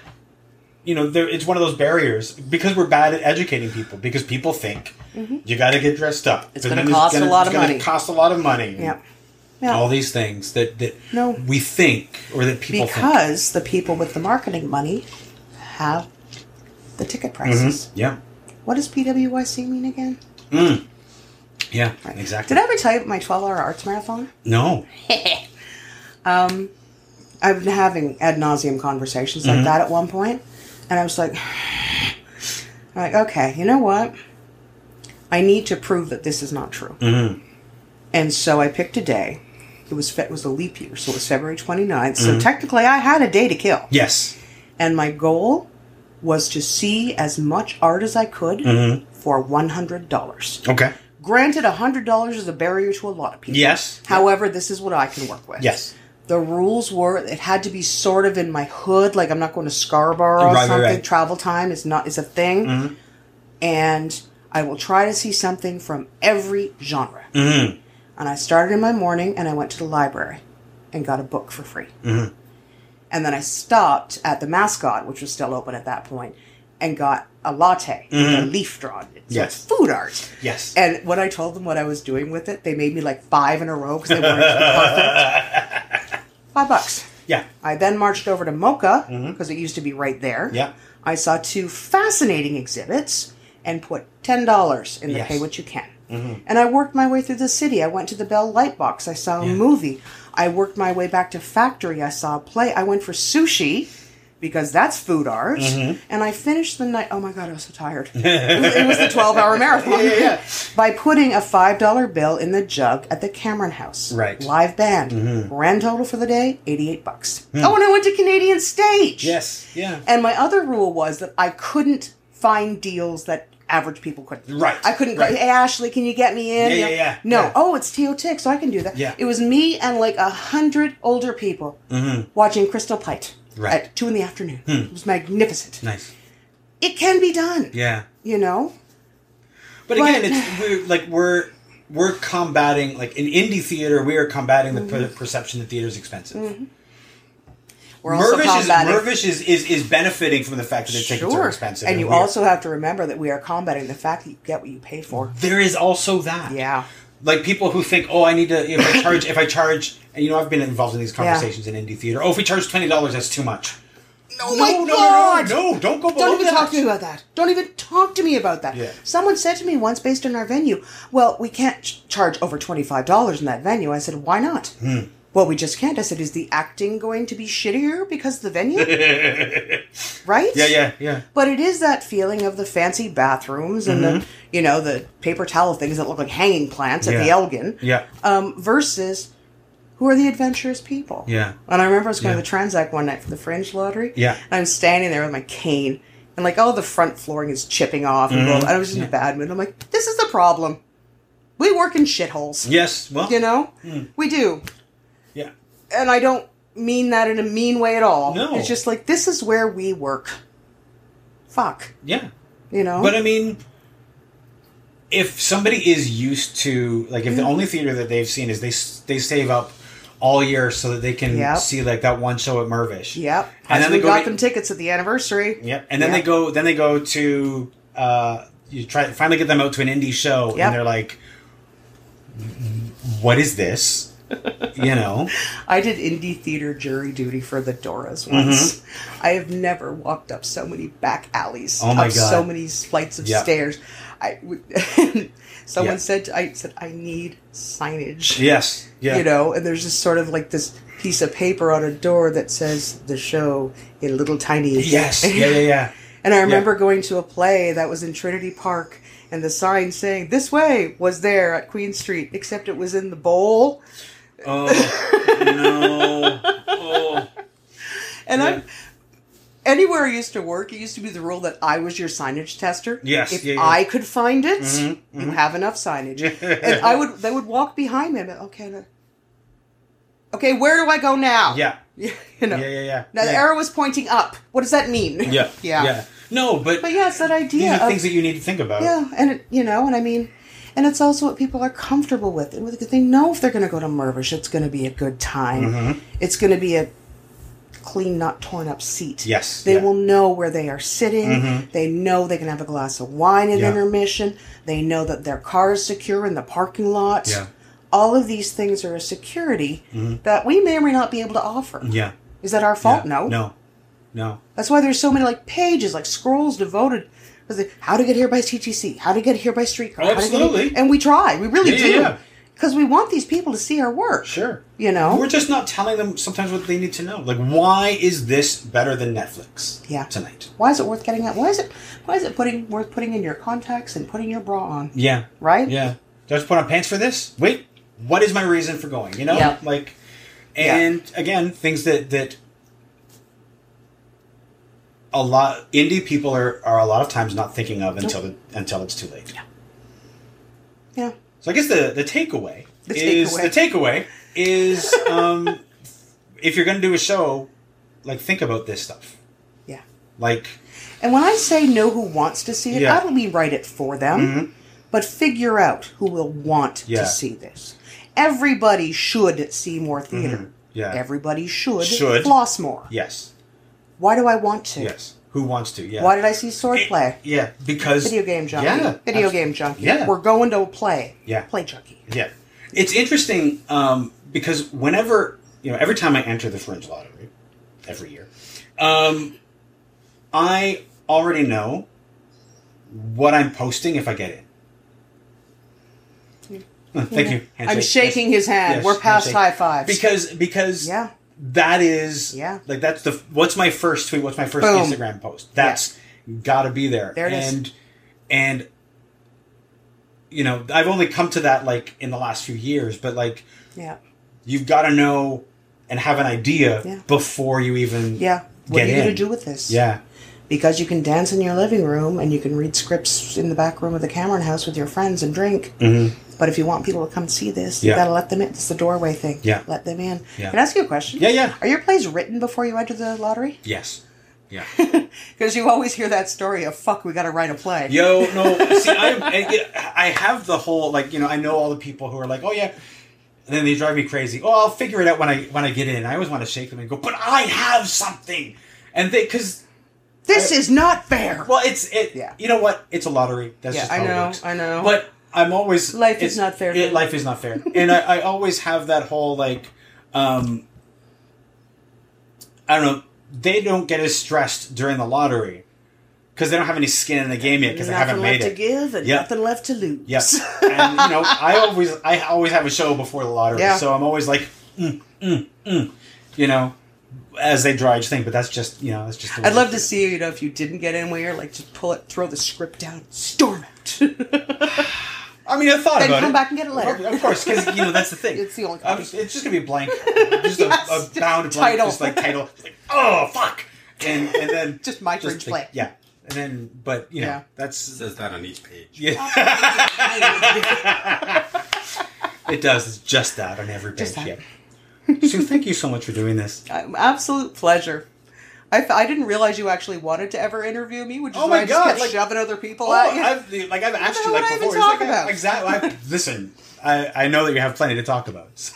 [SPEAKER 1] you know, there, it's one of those barriers because we're bad at educating people because people think you got to get dressed up.
[SPEAKER 3] Mm-hmm. It's
[SPEAKER 1] And
[SPEAKER 3] gonna
[SPEAKER 1] then
[SPEAKER 3] cost a
[SPEAKER 1] gonna-
[SPEAKER 3] lot
[SPEAKER 1] it's
[SPEAKER 3] of
[SPEAKER 1] gonna
[SPEAKER 3] money.
[SPEAKER 1] Cost a lot of money.
[SPEAKER 3] Yeah.
[SPEAKER 1] all
[SPEAKER 3] Yeah.
[SPEAKER 1] these things that that
[SPEAKER 3] No.
[SPEAKER 1] we think or that people think.
[SPEAKER 3] Because the people with the marketing money have the ticket
[SPEAKER 1] Mm-hmm.
[SPEAKER 3] prices.
[SPEAKER 1] Yeah,
[SPEAKER 3] What does PWYC mean again?
[SPEAKER 1] yeah, exactly.
[SPEAKER 3] Did I ever tell you about my 12 hour arts marathon?
[SPEAKER 1] No,
[SPEAKER 3] I've been having ad nauseum conversations
[SPEAKER 1] Mm-hmm.
[SPEAKER 3] like that at one point, and I was like, I'm like, okay, you know what? I need to prove that this is not true.
[SPEAKER 1] Mm-hmm.
[SPEAKER 3] And so I picked a day. It was fe- it was a leap year, so it was February 29th.
[SPEAKER 1] Mm-hmm.
[SPEAKER 3] So technically, I had a day to kill.
[SPEAKER 1] yes,
[SPEAKER 3] and my goal was to see as much art as I could
[SPEAKER 1] Mm-hmm.
[SPEAKER 3] for $100.
[SPEAKER 1] okay,
[SPEAKER 3] Granted, $100 is a barrier to a lot of people.
[SPEAKER 1] yes,
[SPEAKER 3] However, this is what I can work with.
[SPEAKER 1] yes,
[SPEAKER 3] The rules were it had to be sort of in my hood, like I'm not going to Scarborough or
[SPEAKER 1] Right, right,
[SPEAKER 3] something.
[SPEAKER 1] right. Mm-hmm.
[SPEAKER 3] Travel time is not is a thing. And I will try to see something from every genre.
[SPEAKER 1] Mm-hmm.
[SPEAKER 3] And I started in my morning and I went to the library and got a book for free.
[SPEAKER 1] Mm-hmm.
[SPEAKER 3] And then I stopped at the mascot, which was still open at that point, and got a latte, with a leaf drawn. So
[SPEAKER 1] Mm-hmm. Yes.
[SPEAKER 3] it's food art.
[SPEAKER 1] yes.
[SPEAKER 3] And when I told them what I was doing with it, they made me like five in a row because they wanted to be perfect. five bucks.
[SPEAKER 1] Yeah.
[SPEAKER 3] I then marched over to Mocha because it used to be right there.
[SPEAKER 1] Mm-hmm. Yeah.
[SPEAKER 3] I saw two fascinating exhibits and put ten dollars in the
[SPEAKER 1] Yes. Mm-hmm.
[SPEAKER 3] pay what you can. And I worked my way through the city. I went to the Bell Lightbox. I saw a movie. I worked my way back to Factory. I saw a play. I went for sushi because that's food art.
[SPEAKER 1] Mm-hmm.
[SPEAKER 3] And I finished the night. Oh my god, I was so tired. it, was, it was the twelve-hour marathon.
[SPEAKER 1] yeah.
[SPEAKER 3] By putting a five-dollar bill in the jug at the Cameron House.
[SPEAKER 1] Right.
[SPEAKER 3] Live band.
[SPEAKER 1] Mm-hmm.
[SPEAKER 3] Grand total for the day, eighty-eight bucks. Oh, and I went to Canadian Stage.
[SPEAKER 1] Hmm. Yes. Yeah.
[SPEAKER 3] And my other rule was that I couldn't find deals that average people couldn't.
[SPEAKER 1] Right,
[SPEAKER 3] I couldn't
[SPEAKER 1] right.
[SPEAKER 3] go, hey, Ashley, can you get me in?
[SPEAKER 1] Yeah,
[SPEAKER 3] You
[SPEAKER 1] yeah,
[SPEAKER 3] know,
[SPEAKER 1] yeah,
[SPEAKER 3] No.
[SPEAKER 1] yeah.
[SPEAKER 3] Oh, it's TO Tick, so I can do that.
[SPEAKER 1] Yeah. Mm-hmm.
[SPEAKER 3] It was me and like a hundred older people watching Crystal Pite
[SPEAKER 1] Right. Hmm.
[SPEAKER 3] at two in the afternoon. It was magnificent.
[SPEAKER 1] nice.
[SPEAKER 3] It can be done.
[SPEAKER 1] Yeah.
[SPEAKER 3] You know?
[SPEAKER 1] But
[SPEAKER 3] But-
[SPEAKER 1] again, it's we're like we're we're combating like in indie theater. We are combating the per- perception that theater is expensive.
[SPEAKER 3] Mm-hmm. We're also
[SPEAKER 1] Mervish, is,
[SPEAKER 3] combating.
[SPEAKER 1] Mervish is, is is benefiting from the fact that their tickets are
[SPEAKER 3] Sure.
[SPEAKER 1] expensive,
[SPEAKER 3] And you
[SPEAKER 1] we are-
[SPEAKER 3] also have to remember that we are combating the fact that you get what you pay for.
[SPEAKER 1] there is also that.
[SPEAKER 3] Yeah.
[SPEAKER 1] like people who think, oh, I need to if I charge if I charge, and you know, I've been involved in these conversations in indie theater. Oh, if we charge twenty dollars, that's too much.
[SPEAKER 3] Oh
[SPEAKER 1] no, no, no, no, no, don't go below
[SPEAKER 3] Don't even
[SPEAKER 1] that.
[SPEAKER 3] talk to me about that. Don't even talk to me about that.
[SPEAKER 1] Yeah.
[SPEAKER 3] Someone said to me once, based on our venue, well, we can't ch- charge over $25 in that venue. I said, why not?
[SPEAKER 1] Hmm.
[SPEAKER 3] Well, we just can't. I said, is the acting going to be shittier because of the venue? right?
[SPEAKER 1] Yeah, yeah, yeah.
[SPEAKER 3] But it is that feeling of the fancy bathrooms and the, you know, the paper towel things that look like hanging plants at
[SPEAKER 1] Mm-hmm. Yeah.
[SPEAKER 3] the Elgin.
[SPEAKER 1] Yeah.
[SPEAKER 3] Um, versus who are the adventurous people?
[SPEAKER 1] Yeah.
[SPEAKER 3] And I remember I was going
[SPEAKER 1] Yeah.
[SPEAKER 3] to the Transact one night for the Fringe Lottery.
[SPEAKER 1] Yeah.
[SPEAKER 3] And I'm standing there with my cane, and like, oh, the front flooring is chipping off, and,
[SPEAKER 1] Mm-hmm.
[SPEAKER 3] blah, blah. and I was in a bad mood. I'm like, this is the problem. We work in shitholes.
[SPEAKER 1] Yes. Well.
[SPEAKER 3] You know,
[SPEAKER 1] Mm.
[SPEAKER 3] we do,
[SPEAKER 1] Yeah.
[SPEAKER 3] and I don't mean that in a mean way at all.
[SPEAKER 1] No.
[SPEAKER 3] It's just like this is where we work. Fuck.
[SPEAKER 1] Yeah.
[SPEAKER 3] You know.
[SPEAKER 1] But I mean, if somebody is used to like, if the
[SPEAKER 3] Mm.
[SPEAKER 1] only theater that they've seen is they s- they save up all year so that they can
[SPEAKER 3] Yep.
[SPEAKER 1] see like that one show at Mervish.
[SPEAKER 3] Yep.
[SPEAKER 1] And
[SPEAKER 3] And
[SPEAKER 1] then
[SPEAKER 3] we
[SPEAKER 1] they go
[SPEAKER 3] got
[SPEAKER 1] to-
[SPEAKER 3] them tickets at the anniversary.
[SPEAKER 1] Yep. And then
[SPEAKER 3] Yeah.
[SPEAKER 1] they go. Then they go to. Uh, you try finally get them out to an indie show,
[SPEAKER 3] Yep.
[SPEAKER 1] and they're like, "What is this?" you know.
[SPEAKER 3] I did indie theater jury duty for the Doras once. I have never walked up so many back alleys,
[SPEAKER 1] Mm-hmm. Oh my
[SPEAKER 3] up
[SPEAKER 1] God.
[SPEAKER 3] so many flights of
[SPEAKER 1] Yeah.
[SPEAKER 3] stairs. I w- someone
[SPEAKER 1] Yeah.
[SPEAKER 3] said to- I said I need signage.
[SPEAKER 1] Yes. Yeah.
[SPEAKER 3] You know, and there's just sort of like this piece of paper on a door that says the show in little tiny
[SPEAKER 1] Yes. Yeah. Yeah. Yeah.
[SPEAKER 3] And I remember going to a play that was in Trinity Park, and the sign saying "This way" was there at Queen Street, except it was in the bowl.
[SPEAKER 1] Oh no. Oh.
[SPEAKER 3] And
[SPEAKER 1] Yeah.
[SPEAKER 3] I'm anywhere I used to work, it used to be the rule that I was your signage tester.
[SPEAKER 1] Yes,
[SPEAKER 3] If
[SPEAKER 1] yeah, Mm-hmm, yeah.
[SPEAKER 3] I could find it, you have enough signage. and I would they would walk behind me and be, okay. now- Okay, where do I go now?
[SPEAKER 1] Yeah.
[SPEAKER 3] you know.
[SPEAKER 1] Yeah. Yeah. Yeah.
[SPEAKER 3] Now the
[SPEAKER 1] yeah.
[SPEAKER 3] arrow was pointing up. What does that mean?
[SPEAKER 1] Yeah.
[SPEAKER 3] yeah.
[SPEAKER 1] Yeah. No, but,
[SPEAKER 3] But yeah, it's that
[SPEAKER 1] these
[SPEAKER 3] idea
[SPEAKER 1] are
[SPEAKER 3] of
[SPEAKER 1] things that you need to think about.
[SPEAKER 3] yeah, and it, you know, and I mean, and it's also what people are comfortable with. And they know if they're going to go to Mervish, it's going to be a good time.
[SPEAKER 1] Mm-hmm.
[SPEAKER 3] It's going to be a clean, not torn up seat.
[SPEAKER 1] Yes,
[SPEAKER 3] they
[SPEAKER 1] yeah. Mm-hmm.
[SPEAKER 3] will know where they are sitting. They know they can have a glass of wine at
[SPEAKER 1] Yeah.
[SPEAKER 3] intermission. They know that their car is secure in the parking lot.
[SPEAKER 1] Yeah. Mm-hmm.
[SPEAKER 3] All of these things are a security that we may or may not be able to offer.
[SPEAKER 1] Yeah.
[SPEAKER 3] Is that our fault? Oh, No.
[SPEAKER 1] No. No.
[SPEAKER 3] That's why there's so many like pages, like scrolls devoted. 'cause they- How to get here by TTC? How to get here by streetcar?
[SPEAKER 1] Oh,
[SPEAKER 3] how to get
[SPEAKER 1] absolutely.
[SPEAKER 3] here- and we try. We really
[SPEAKER 1] Yeah, yeah, yeah.
[SPEAKER 3] do. Because we want these people to see our work.
[SPEAKER 1] Sure.
[SPEAKER 3] You know?
[SPEAKER 1] We're just not telling them sometimes what they need to know. Like, why is this better than Netflix?
[SPEAKER 3] Yeah.
[SPEAKER 1] Tonight.
[SPEAKER 3] Why is it worth getting out? Why is it? Why is it putting worth putting in your contacts and putting your bra on?
[SPEAKER 1] Yeah.
[SPEAKER 3] Right?
[SPEAKER 1] Yeah. Do I just put on pants for this? Wait, what is my reason for going? You know,
[SPEAKER 3] Yeah.
[SPEAKER 1] like, and again, things that that a lot indie people are are a lot of times not thinking of until the, until it's too late.
[SPEAKER 3] Yeah.
[SPEAKER 1] So I guess the the takeaway
[SPEAKER 3] The
[SPEAKER 1] is
[SPEAKER 3] takeaway.
[SPEAKER 1] the takeaway is um, if you're going to do a show, like think about this stuff.
[SPEAKER 3] Yeah.
[SPEAKER 1] Like,
[SPEAKER 3] And when I say know who wants to see it,
[SPEAKER 1] Yeah. Mm-hmm.
[SPEAKER 3] I don't mean write it for them, but figure out who will want
[SPEAKER 1] Yeah.
[SPEAKER 3] to see this. Everybody should see more theater.
[SPEAKER 1] Mm-hmm. yeah,
[SPEAKER 3] Everybody should,
[SPEAKER 1] Should.
[SPEAKER 3] floss more.
[SPEAKER 1] yes,
[SPEAKER 3] Why do I want to?
[SPEAKER 1] yes. Who wants to? Yeah.
[SPEAKER 3] Why did I see swordplay?
[SPEAKER 1] Yeah, because
[SPEAKER 3] Video game junkie.
[SPEAKER 1] Yeah,
[SPEAKER 3] Video
[SPEAKER 1] abs-
[SPEAKER 3] game junkie.
[SPEAKER 1] Yeah.
[SPEAKER 3] We're going to a play.
[SPEAKER 1] Yeah.
[SPEAKER 3] Play junkie.
[SPEAKER 1] Yeah, it's interesting um, because whenever you know, every time I enter the Fringe lottery, every year, um, I already know what I'm posting if I get in. Oh, Thank you.
[SPEAKER 3] Hmm. I'm
[SPEAKER 1] Handshake.
[SPEAKER 3] shaking his hand.
[SPEAKER 1] Yes,
[SPEAKER 3] We're past
[SPEAKER 1] handshake.
[SPEAKER 3] high fives.
[SPEAKER 1] because because
[SPEAKER 3] Yeah.
[SPEAKER 1] that is
[SPEAKER 3] Yeah.
[SPEAKER 1] like that's the what's my first tweet what's my first
[SPEAKER 3] Boom.
[SPEAKER 1] instagram post that's gotta be there
[SPEAKER 3] There it is.
[SPEAKER 1] and and you know i've only come to that like in the last few years but like
[SPEAKER 3] yeah,
[SPEAKER 1] you've got to know and have an idea
[SPEAKER 3] Yeah.
[SPEAKER 1] before you even
[SPEAKER 3] yeah. What
[SPEAKER 1] Get
[SPEAKER 3] are you going
[SPEAKER 1] in.
[SPEAKER 3] to do with this?
[SPEAKER 1] yeah
[SPEAKER 3] Because you can dance in your living room and you can read scripts in the back room of the Cameron house with your friends and drink.
[SPEAKER 1] Mhm.
[SPEAKER 3] But if you want people to come see this,
[SPEAKER 1] Yeah.
[SPEAKER 3] you got to let them in. It's the doorway thing.
[SPEAKER 1] Yeah.
[SPEAKER 3] Let them in.
[SPEAKER 1] Yeah.
[SPEAKER 3] Can I ask you a question?
[SPEAKER 1] Yeah, yeah.
[SPEAKER 3] Are your plays written before you enter the lottery?
[SPEAKER 1] yes yeah
[SPEAKER 3] Because you always hear that story of, fuck, we got to write a play.
[SPEAKER 1] Yo, no. See, I'm, I, I have the whole like you know I know all the people who are like, oh yeah, and then they drive me crazy. Oh, I'll figure it out when I when I get in. I always want to shake them and go, but I have something, and they because
[SPEAKER 3] This is not fair.
[SPEAKER 1] well, it's it.
[SPEAKER 3] Yeah.
[SPEAKER 1] You know what? It's a lottery. That's
[SPEAKER 3] Yeah,
[SPEAKER 1] just
[SPEAKER 3] I
[SPEAKER 1] how
[SPEAKER 3] know,
[SPEAKER 1] It works.
[SPEAKER 3] I know.
[SPEAKER 1] But I'm always
[SPEAKER 3] Life
[SPEAKER 1] it's-
[SPEAKER 3] is not fair.
[SPEAKER 1] it- life is not fair, and I, I always have that whole like, um, I don't know. They don't get as stressed during the lottery because they don't have any skin in the game yet because they
[SPEAKER 3] nothing
[SPEAKER 1] haven't made
[SPEAKER 3] left
[SPEAKER 1] it.
[SPEAKER 3] to give and
[SPEAKER 1] Yeah.
[SPEAKER 3] nothing left to lose.
[SPEAKER 1] Yes, and you know, I always, I always have a show before the lottery,
[SPEAKER 3] Yeah.
[SPEAKER 1] so I'm always like, mm, mm, mm, you know, as they dry each thing. But that's just, you know, that's just. the way
[SPEAKER 3] I'd love
[SPEAKER 1] it
[SPEAKER 3] to
[SPEAKER 1] is.
[SPEAKER 3] see you know if you didn't get in where like just pull it, throw the script down, storm out.
[SPEAKER 1] I mean, I thought
[SPEAKER 3] Then
[SPEAKER 1] about
[SPEAKER 3] come
[SPEAKER 1] it.
[SPEAKER 3] back and get it later.
[SPEAKER 1] Of course, because you know that's the thing.
[SPEAKER 3] It's the only
[SPEAKER 1] I'm
[SPEAKER 3] copy.
[SPEAKER 1] just- it's just gonna be a blank, just
[SPEAKER 3] Yes,
[SPEAKER 1] a, a bound blank,
[SPEAKER 3] title.
[SPEAKER 1] just like title. Like, oh fuck, and and then
[SPEAKER 3] Just my fringe
[SPEAKER 1] like,
[SPEAKER 3] play.
[SPEAKER 1] Yeah, and then but you know
[SPEAKER 3] Yeah.
[SPEAKER 1] that's
[SPEAKER 5] says that on each page.
[SPEAKER 1] yeah, it does. It's just that on every page.
[SPEAKER 3] Just
[SPEAKER 1] Yeah.
[SPEAKER 3] that.
[SPEAKER 1] So thank you so much for doing this.
[SPEAKER 3] Um, Absolute pleasure. I, f- I didn't realize you actually wanted to ever interview me, which is
[SPEAKER 1] Oh my
[SPEAKER 3] why I just
[SPEAKER 1] God,
[SPEAKER 3] kept
[SPEAKER 1] like-
[SPEAKER 3] shoving other people
[SPEAKER 1] Oh,
[SPEAKER 3] at you.
[SPEAKER 1] I've, like I've asked
[SPEAKER 3] the
[SPEAKER 1] you
[SPEAKER 3] hell
[SPEAKER 1] like
[SPEAKER 3] would I even
[SPEAKER 1] before. It's
[SPEAKER 3] talk
[SPEAKER 1] like,
[SPEAKER 3] about?
[SPEAKER 1] Exactly. I, listen, I, I know that you have plenty to talk about. so.